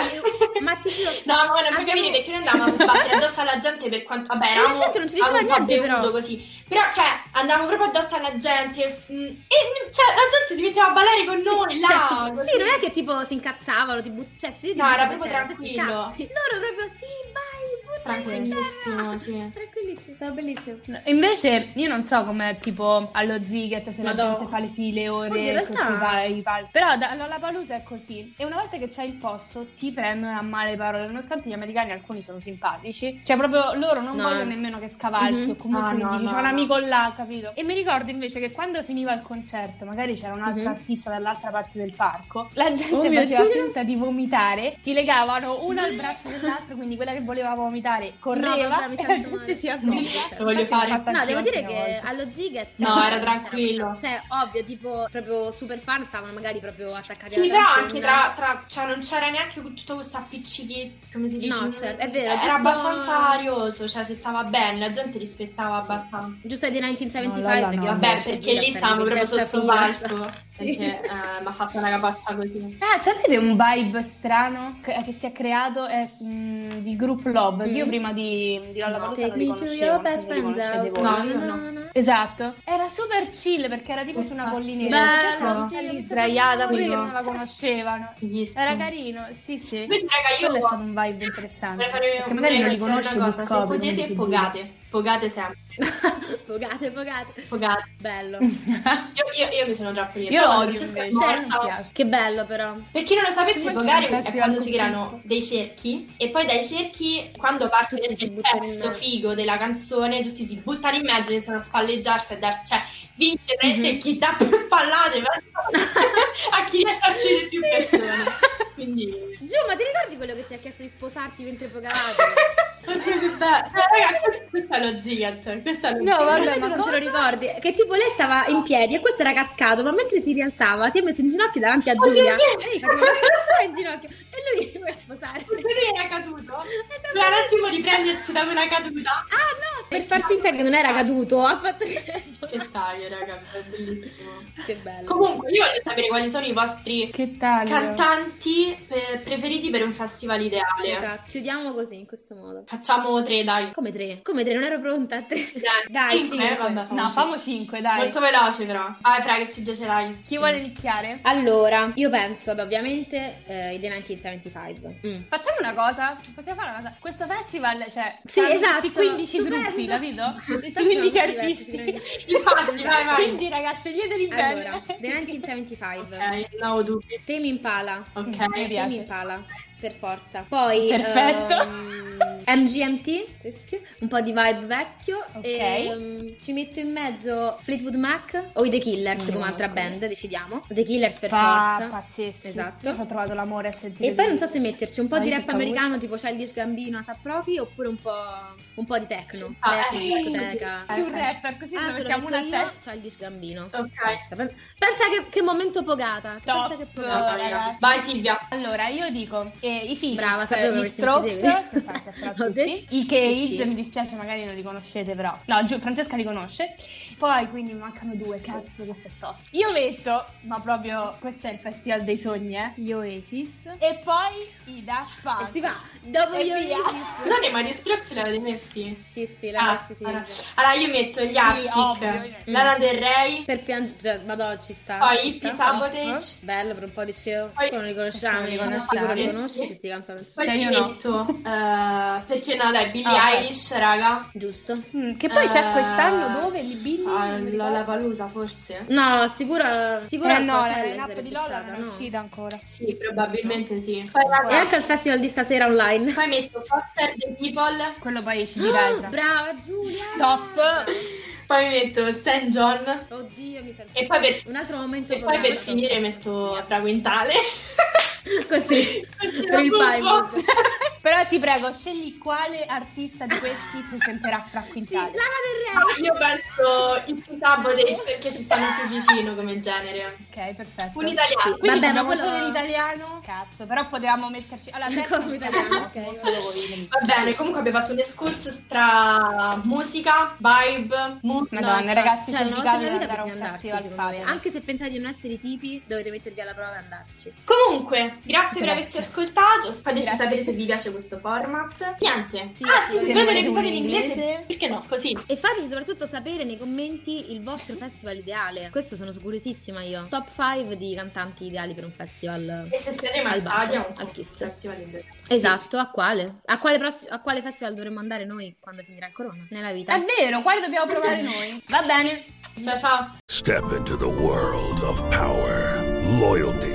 [SPEAKER 1] Ma ti giuro,
[SPEAKER 2] No, ma non puoi
[SPEAKER 1] abbiamo-
[SPEAKER 2] capire perché noi andavamo a sbattere addosso alla gente per quanto... Vabbè,
[SPEAKER 1] Eh,
[SPEAKER 2] eravamo,
[SPEAKER 1] la gente non ci diceva
[SPEAKER 2] avevamo un po'
[SPEAKER 1] niente, però.
[SPEAKER 2] bevuto così. Però, cioè, andavamo proprio addosso alla gente. s- mm, E, cioè, la gente si metteva a ballare con noi,
[SPEAKER 1] Sì,
[SPEAKER 2] là.
[SPEAKER 1] cioè, tipo-
[SPEAKER 2] così.
[SPEAKER 1] sì, non è che tipo si incazzavano, ti but- cioè, sì, ti
[SPEAKER 2] No,
[SPEAKER 1] buttano
[SPEAKER 2] era
[SPEAKER 1] per
[SPEAKER 2] proprio
[SPEAKER 1] terra,
[SPEAKER 2] tranquillo.
[SPEAKER 1] ti incazzi. Loro proprio sì, vai, buttati per terra.
[SPEAKER 2] Tranquillissimo, sì.
[SPEAKER 1] Tranquillissimo, stava bellissimo.
[SPEAKER 3] Invece io non so com'è tipo allo Ziget se
[SPEAKER 1] Madò.
[SPEAKER 3] la gente fa le file ore
[SPEAKER 1] Oddio, in
[SPEAKER 3] sotto
[SPEAKER 1] realtà-
[SPEAKER 3] i pa- i palchi. Però da- alla Palusa è così. E una volta che c'è il posto ti prendono a male le parole, nonostante gli americani alcuni sono simpatici. Cioè proprio loro non
[SPEAKER 1] No.
[SPEAKER 3] vogliono nemmeno che scavalchi
[SPEAKER 1] Mhm.
[SPEAKER 3] o comunque
[SPEAKER 2] Ah,
[SPEAKER 3] mi
[SPEAKER 2] no,
[SPEAKER 3] dici
[SPEAKER 2] no,
[SPEAKER 3] c'è un
[SPEAKER 2] no.
[SPEAKER 3] amico là, capito? E mi ricordo invece che quando finiva il concerto, magari c'era un altro
[SPEAKER 1] Mhm.
[SPEAKER 3] artista dall'altra parte del parco, la gente
[SPEAKER 1] Oh mio
[SPEAKER 3] faceva
[SPEAKER 1] Dio.
[SPEAKER 3] finta di vomitare, si legavano uno al braccio dell'altro, quindi quella che voleva vomitare
[SPEAKER 1] No,
[SPEAKER 3] correva
[SPEAKER 1] vabbè, mi
[SPEAKER 3] e la
[SPEAKER 1] sento male.
[SPEAKER 3] gente si andava.
[SPEAKER 2] Lo voglio fare.
[SPEAKER 1] No, devo dire che allo Ziget
[SPEAKER 2] No, era tranquillo.
[SPEAKER 1] Cioè, ovvio, tipo proprio super fan stavano magari proprio attaccati
[SPEAKER 2] Sì,
[SPEAKER 1] alla
[SPEAKER 2] però
[SPEAKER 1] canzone.
[SPEAKER 2] anche tra, tra- cioè non c'era neanche tutta questa appiccichi, come si dice?
[SPEAKER 1] No, certo, è vero,
[SPEAKER 2] Era
[SPEAKER 1] giusto-
[SPEAKER 2] abbastanza arioso, cioè si stava bene, la gente rispettava abbastanza.
[SPEAKER 1] Giusto di 1975
[SPEAKER 3] No, là, là, no.
[SPEAKER 1] perché
[SPEAKER 2] Vabbè,
[SPEAKER 1] vabbè, c'è
[SPEAKER 2] perché
[SPEAKER 1] Giulia
[SPEAKER 2] lì
[SPEAKER 1] Ferri,
[SPEAKER 2] stavamo proprio
[SPEAKER 1] terza
[SPEAKER 2] sotto
[SPEAKER 1] fila.
[SPEAKER 2] palco,
[SPEAKER 1] Sì.
[SPEAKER 2] perché eh, mi ha fatto una capaccia così.
[SPEAKER 3] Ah, sapete un vibe strano che, che si è creato è, mm, di Group Love?
[SPEAKER 1] Mm.
[SPEAKER 3] Io prima di, di Lollapalooza
[SPEAKER 1] Take
[SPEAKER 3] non
[SPEAKER 1] me
[SPEAKER 3] li
[SPEAKER 1] to
[SPEAKER 3] conoscevo,
[SPEAKER 1] your
[SPEAKER 3] non
[SPEAKER 1] best
[SPEAKER 3] so se li
[SPEAKER 1] friend's
[SPEAKER 3] conoscete
[SPEAKER 1] house.
[SPEAKER 3] voi.
[SPEAKER 2] No, io no.
[SPEAKER 3] Esatto, era super chill perché era tipo su una
[SPEAKER 2] Bello,
[SPEAKER 3] collinetta,
[SPEAKER 1] sì,
[SPEAKER 3] lì
[SPEAKER 1] mi
[SPEAKER 3] sdraiata,
[SPEAKER 1] stavo
[SPEAKER 3] quelli che non
[SPEAKER 1] morendo.
[SPEAKER 3] la conoscevano.
[SPEAKER 2] Fighissimo.
[SPEAKER 3] Era carino, sì sì.
[SPEAKER 2] Invece, raga, io
[SPEAKER 3] Quello è stato un vibe interessante.
[SPEAKER 2] vorrei fare
[SPEAKER 3] Perché magari non li
[SPEAKER 2] vorrei
[SPEAKER 3] conosci,
[SPEAKER 2] dire una
[SPEAKER 3] li
[SPEAKER 2] cosa, se
[SPEAKER 3] scopri. "Boh". quindi
[SPEAKER 2] potete
[SPEAKER 3] si
[SPEAKER 2] pogate, pogate sempre,
[SPEAKER 1] Pogate, pogate.
[SPEAKER 2] pogate.
[SPEAKER 1] Bello.
[SPEAKER 2] Io, io- io mi sono già pogata.
[SPEAKER 3] Ah. Io lo
[SPEAKER 2] Però
[SPEAKER 3] odio
[SPEAKER 2] Francesca è
[SPEAKER 3] invece,
[SPEAKER 2] morta.
[SPEAKER 3] non mi piace.
[SPEAKER 1] Che bello però.
[SPEAKER 2] Per chi non lo sapesse,
[SPEAKER 3] Immagino
[SPEAKER 2] pogare
[SPEAKER 3] un
[SPEAKER 2] è
[SPEAKER 3] festival
[SPEAKER 2] quando si
[SPEAKER 3] completo.
[SPEAKER 2] creano dei cerchi e poi dai cerchi, quando parte
[SPEAKER 1] Tutti
[SPEAKER 2] il
[SPEAKER 1] si buttano in
[SPEAKER 2] pezzo
[SPEAKER 1] mezzo.
[SPEAKER 2] figo della canzone, tutti si buttano in mezzo e iniziano a spalleggiarsi e darsi, cioè, vincere
[SPEAKER 1] Mhm.
[SPEAKER 2] e chi dà più spallate a chi riesce a uccidere più
[SPEAKER 1] Sì.
[SPEAKER 2] persone. Quindi...
[SPEAKER 1] Giù, ma ti ricordi quello che ti ha chiesto di sposarti mentre pogavate?
[SPEAKER 2] Oddio, che bello. Eh, raga, questo, questo è lo zigat, questo è lo
[SPEAKER 3] No,
[SPEAKER 2] Zigat.
[SPEAKER 3] vabbè,
[SPEAKER 1] Veramente
[SPEAKER 3] ma
[SPEAKER 1] non te lo
[SPEAKER 3] cosa?
[SPEAKER 1] ricordi? Che tipo lei stava in piedi e questo era cascato, ma mentre si rialzava si è messo in ginocchio davanti a
[SPEAKER 2] Oddio,
[SPEAKER 1] Giulia.
[SPEAKER 2] è vero.
[SPEAKER 1] E lei faceva, "Ma tu in ginocchio. E lui vuole sposare.
[SPEAKER 2] Lui era caduto.
[SPEAKER 1] stato
[SPEAKER 2] Doveva un attimo riprendersi da quella caduta.
[SPEAKER 1] Ah no! Per far finta che non era caduto, ha fatto
[SPEAKER 2] Che taglio, raga, è bellissimo.
[SPEAKER 1] Che bello.
[SPEAKER 2] Comunque, io voglio sapere quali sono i vostri
[SPEAKER 3] Che taglio.
[SPEAKER 2] cantanti per- preferiti per un festival ideale.
[SPEAKER 1] Esatto, Chiudiamo così, in questo modo.
[SPEAKER 2] Facciamo tre, dai.
[SPEAKER 1] Come tre? Come tre? Non ero pronta a tre.
[SPEAKER 2] Dai,
[SPEAKER 1] Dai,
[SPEAKER 2] cinque,
[SPEAKER 1] cinque.
[SPEAKER 2] vabbè, famo
[SPEAKER 3] No,
[SPEAKER 2] cinque.
[SPEAKER 3] famo 5, dai.
[SPEAKER 2] Molto veloce, però. Vai, fra, che tu già ce l'hai.
[SPEAKER 3] Chi vuole iniziare?
[SPEAKER 1] Allora, io penso, vabbè, ovviamente, eh, i The 1975. Mm.
[SPEAKER 3] Facciamo una cosa, possiamo fare una cosa. Questo festival, cioè,
[SPEAKER 1] Sì,
[SPEAKER 3] saranno
[SPEAKER 1] esatto,
[SPEAKER 3] questi 15
[SPEAKER 1] stupendo.
[SPEAKER 3] gruppi, capito? Questi
[SPEAKER 1] Tanto
[SPEAKER 3] 15
[SPEAKER 1] sono tutti
[SPEAKER 3] artisti.
[SPEAKER 1] diversi, eh,
[SPEAKER 2] Infatti, vai, vai.
[SPEAKER 3] Quindi, raga, sceglieteli bene.
[SPEAKER 1] Allora, The 1975.
[SPEAKER 2] Ok, no ho dubbi.
[SPEAKER 1] Temi Impala.
[SPEAKER 2] Ok.
[SPEAKER 3] Mi
[SPEAKER 1] Temi
[SPEAKER 3] piace.
[SPEAKER 1] Impala, per forza. Poi
[SPEAKER 3] Perfetto.
[SPEAKER 1] ehm, MGMT, sì, sì, un po' di vibe vecchio
[SPEAKER 3] Ok.
[SPEAKER 1] e ehm, ci metto in mezzo Fleetwood Mac o i The Killers
[SPEAKER 3] Sì,
[SPEAKER 1] come
[SPEAKER 3] conosco.
[SPEAKER 1] altra band, decidiamo. The Killers per
[SPEAKER 3] Pa-
[SPEAKER 1] forza.
[SPEAKER 3] pazzesco.
[SPEAKER 1] Esatto.
[SPEAKER 3] Io ci ho trovato l'amore a sentire.
[SPEAKER 1] E poi non so se metterci un po' di
[SPEAKER 3] Alice
[SPEAKER 1] rap
[SPEAKER 3] Cowboys.
[SPEAKER 1] americano tipo Childish Gambino, Saproki oppure un po', un po' di techno,
[SPEAKER 2] Ah,
[SPEAKER 1] techno,
[SPEAKER 2] eh.
[SPEAKER 1] discoteca.
[SPEAKER 3] Su un rapper, così
[SPEAKER 1] Ah,
[SPEAKER 3] ce
[SPEAKER 1] ce
[SPEAKER 3] lo
[SPEAKER 1] lo
[SPEAKER 3] mettiamo
[SPEAKER 1] metto
[SPEAKER 3] una
[SPEAKER 1] io,
[SPEAKER 3] testa.
[SPEAKER 1] Childish Gambino.
[SPEAKER 2] Ok.
[SPEAKER 1] Pensa, pensa che, che momento pogata. Che
[SPEAKER 3] Top.
[SPEAKER 1] Pensa che
[SPEAKER 2] No,
[SPEAKER 1] pogata.
[SPEAKER 3] Eh,
[SPEAKER 2] raga.
[SPEAKER 3] ragazzi.
[SPEAKER 2] Vai, Silvia.
[SPEAKER 3] Allora, io dico eh, i Phoenix,
[SPEAKER 1] Brava, sapevo che
[SPEAKER 3] gli
[SPEAKER 1] avresti
[SPEAKER 3] Strokes,
[SPEAKER 1] deciso.
[SPEAKER 3] che sanno che ce l'ha
[SPEAKER 1] Ho
[SPEAKER 3] tutti,
[SPEAKER 1] detto-
[SPEAKER 3] i Cage,
[SPEAKER 1] sì, sì.
[SPEAKER 3] mi dispiace magari non li conoscete però, no, giù, Francesca li conosce, poi quindi mancano due, cazzo questo è tosto. Io metto, ma proprio, questo è il festival dei sogni, eh, gli Oasis, e poi i Dash
[SPEAKER 1] E
[SPEAKER 3] Punk.
[SPEAKER 1] si va. Dopo
[SPEAKER 3] E
[SPEAKER 1] io
[SPEAKER 3] via.
[SPEAKER 2] Scusate, ma gli Strokes li avete messi?
[SPEAKER 1] Sì, sì, la
[SPEAKER 2] Ah,
[SPEAKER 1] ah, sì.
[SPEAKER 2] allora. allora, io metto gli Arctic,
[SPEAKER 3] ovvio.
[SPEAKER 2] Lana Del Rey,
[SPEAKER 1] Per piangere, madonna, cioè, ci sta.
[SPEAKER 2] poi
[SPEAKER 1] ci
[SPEAKER 2] Hippie
[SPEAKER 1] sta. Eh?
[SPEAKER 2] Sabotage,
[SPEAKER 1] Bello per un po' di cielo.
[SPEAKER 2] Poi-
[SPEAKER 1] Poi non li conosciamo, li
[SPEAKER 3] Sì,
[SPEAKER 1] conosci, tu non li
[SPEAKER 3] sì.
[SPEAKER 1] conosci, se ti cantano insieme.
[SPEAKER 2] poi
[SPEAKER 3] Cioè,
[SPEAKER 2] ci
[SPEAKER 3] io no.
[SPEAKER 2] metto, eh, perché no, dai, Billie
[SPEAKER 3] Ah, ok.
[SPEAKER 2] Eilish, raga.
[SPEAKER 1] Giusto?
[SPEAKER 3] Mm, che poi c'è
[SPEAKER 2] Eh,
[SPEAKER 3] quest'anno dove li Billy...
[SPEAKER 2] Ah,
[SPEAKER 3] non mi
[SPEAKER 2] Lola
[SPEAKER 3] ricordo.
[SPEAKER 2] Palusa, forse?
[SPEAKER 1] No, sicura. Sicura
[SPEAKER 3] Eh no,
[SPEAKER 1] al
[SPEAKER 3] la
[SPEAKER 1] Coachella
[SPEAKER 3] lineup
[SPEAKER 1] sarebbe
[SPEAKER 3] di Lola
[SPEAKER 1] stata,
[SPEAKER 3] non è
[SPEAKER 1] no?
[SPEAKER 3] uscita ancora.
[SPEAKER 2] Sì, probabilmente sì. Poi, raga,
[SPEAKER 1] E anche al festival di stasera online. Ah,
[SPEAKER 2] Poi metto Foster the People,
[SPEAKER 3] Quello poi ci dirai. tra-
[SPEAKER 1] Brava Giulia!
[SPEAKER 3] Top!
[SPEAKER 2] poi metto St. John
[SPEAKER 1] Oddio, mi sento.
[SPEAKER 2] e poi per,
[SPEAKER 1] Un altro momento
[SPEAKER 2] e poi per
[SPEAKER 1] pogata.
[SPEAKER 2] finire metto Fraguentale.
[SPEAKER 1] Così. per il
[SPEAKER 2] Buffo.
[SPEAKER 1] Pinewood.
[SPEAKER 3] Però ti prego, scegli quale artista di questi presenterà Franco in
[SPEAKER 1] Sì, Lana
[SPEAKER 3] Italia.
[SPEAKER 1] Del Rey.
[SPEAKER 2] Ah, Io penso il Chicago dei perché ci stanno più vicino come genere.
[SPEAKER 3] Ok, perfetto.
[SPEAKER 2] Un italiano.
[SPEAKER 3] Quindi
[SPEAKER 1] Vabbè,
[SPEAKER 3] abbiamo
[SPEAKER 1] ma
[SPEAKER 3] solo
[SPEAKER 1] quello-
[SPEAKER 3] in italiano. Cazzo, però potevamo metterci. Allora,
[SPEAKER 1] Il
[SPEAKER 3] terzo
[SPEAKER 1] cosmo italiano, ok,
[SPEAKER 3] sono
[SPEAKER 1] va
[SPEAKER 3] solo voi.
[SPEAKER 2] Va bene, comunque abbiamo fatto un escursus tra musica, vibe, mood.
[SPEAKER 3] Madonna, ragazzi,
[SPEAKER 1] Cioè,
[SPEAKER 3] se
[SPEAKER 1] una
[SPEAKER 3] mi
[SPEAKER 1] volta nella vita
[SPEAKER 3] capita andare a un
[SPEAKER 1] bisogna andarci,
[SPEAKER 3] festival
[SPEAKER 1] secondo me.
[SPEAKER 3] fare.
[SPEAKER 1] Anche se pensate di non essere i tipi, dovete mettervi alla prova e andarci.
[SPEAKER 2] Comunque, grazie per
[SPEAKER 3] Grazie.
[SPEAKER 2] averci ascoltato. Fateci
[SPEAKER 3] Grazie.
[SPEAKER 2] sapere se vi piace questo format. Niente.
[SPEAKER 1] Sì,
[SPEAKER 2] ah,
[SPEAKER 1] sì,
[SPEAKER 2] sì, se
[SPEAKER 3] se
[SPEAKER 2] volete
[SPEAKER 3] volete
[SPEAKER 2] l'episodio in
[SPEAKER 3] un
[SPEAKER 2] inglese,
[SPEAKER 3] inglese.
[SPEAKER 2] perché no? Così.
[SPEAKER 1] E fateci soprattutto sapere nei commenti il vostro festival ideale. Questo sono curiosissima io. Top 5 di cantanti ideali per un festival.
[SPEAKER 2] E se siete mai
[SPEAKER 1] Al
[SPEAKER 2] stati a
[SPEAKER 1] bacio,
[SPEAKER 2] un
[SPEAKER 1] al Kiss.
[SPEAKER 2] festival in genere.
[SPEAKER 1] Esatto, a quale? A quale, pross- a quale festival dovremmo andare noi quando finirà il corona? Nella vita.
[SPEAKER 3] È vero, quale dobbiamo provare noi? Va bene.
[SPEAKER 2] Sì. Ciao ciao.
[SPEAKER 4] Step into the world of power, loyalty,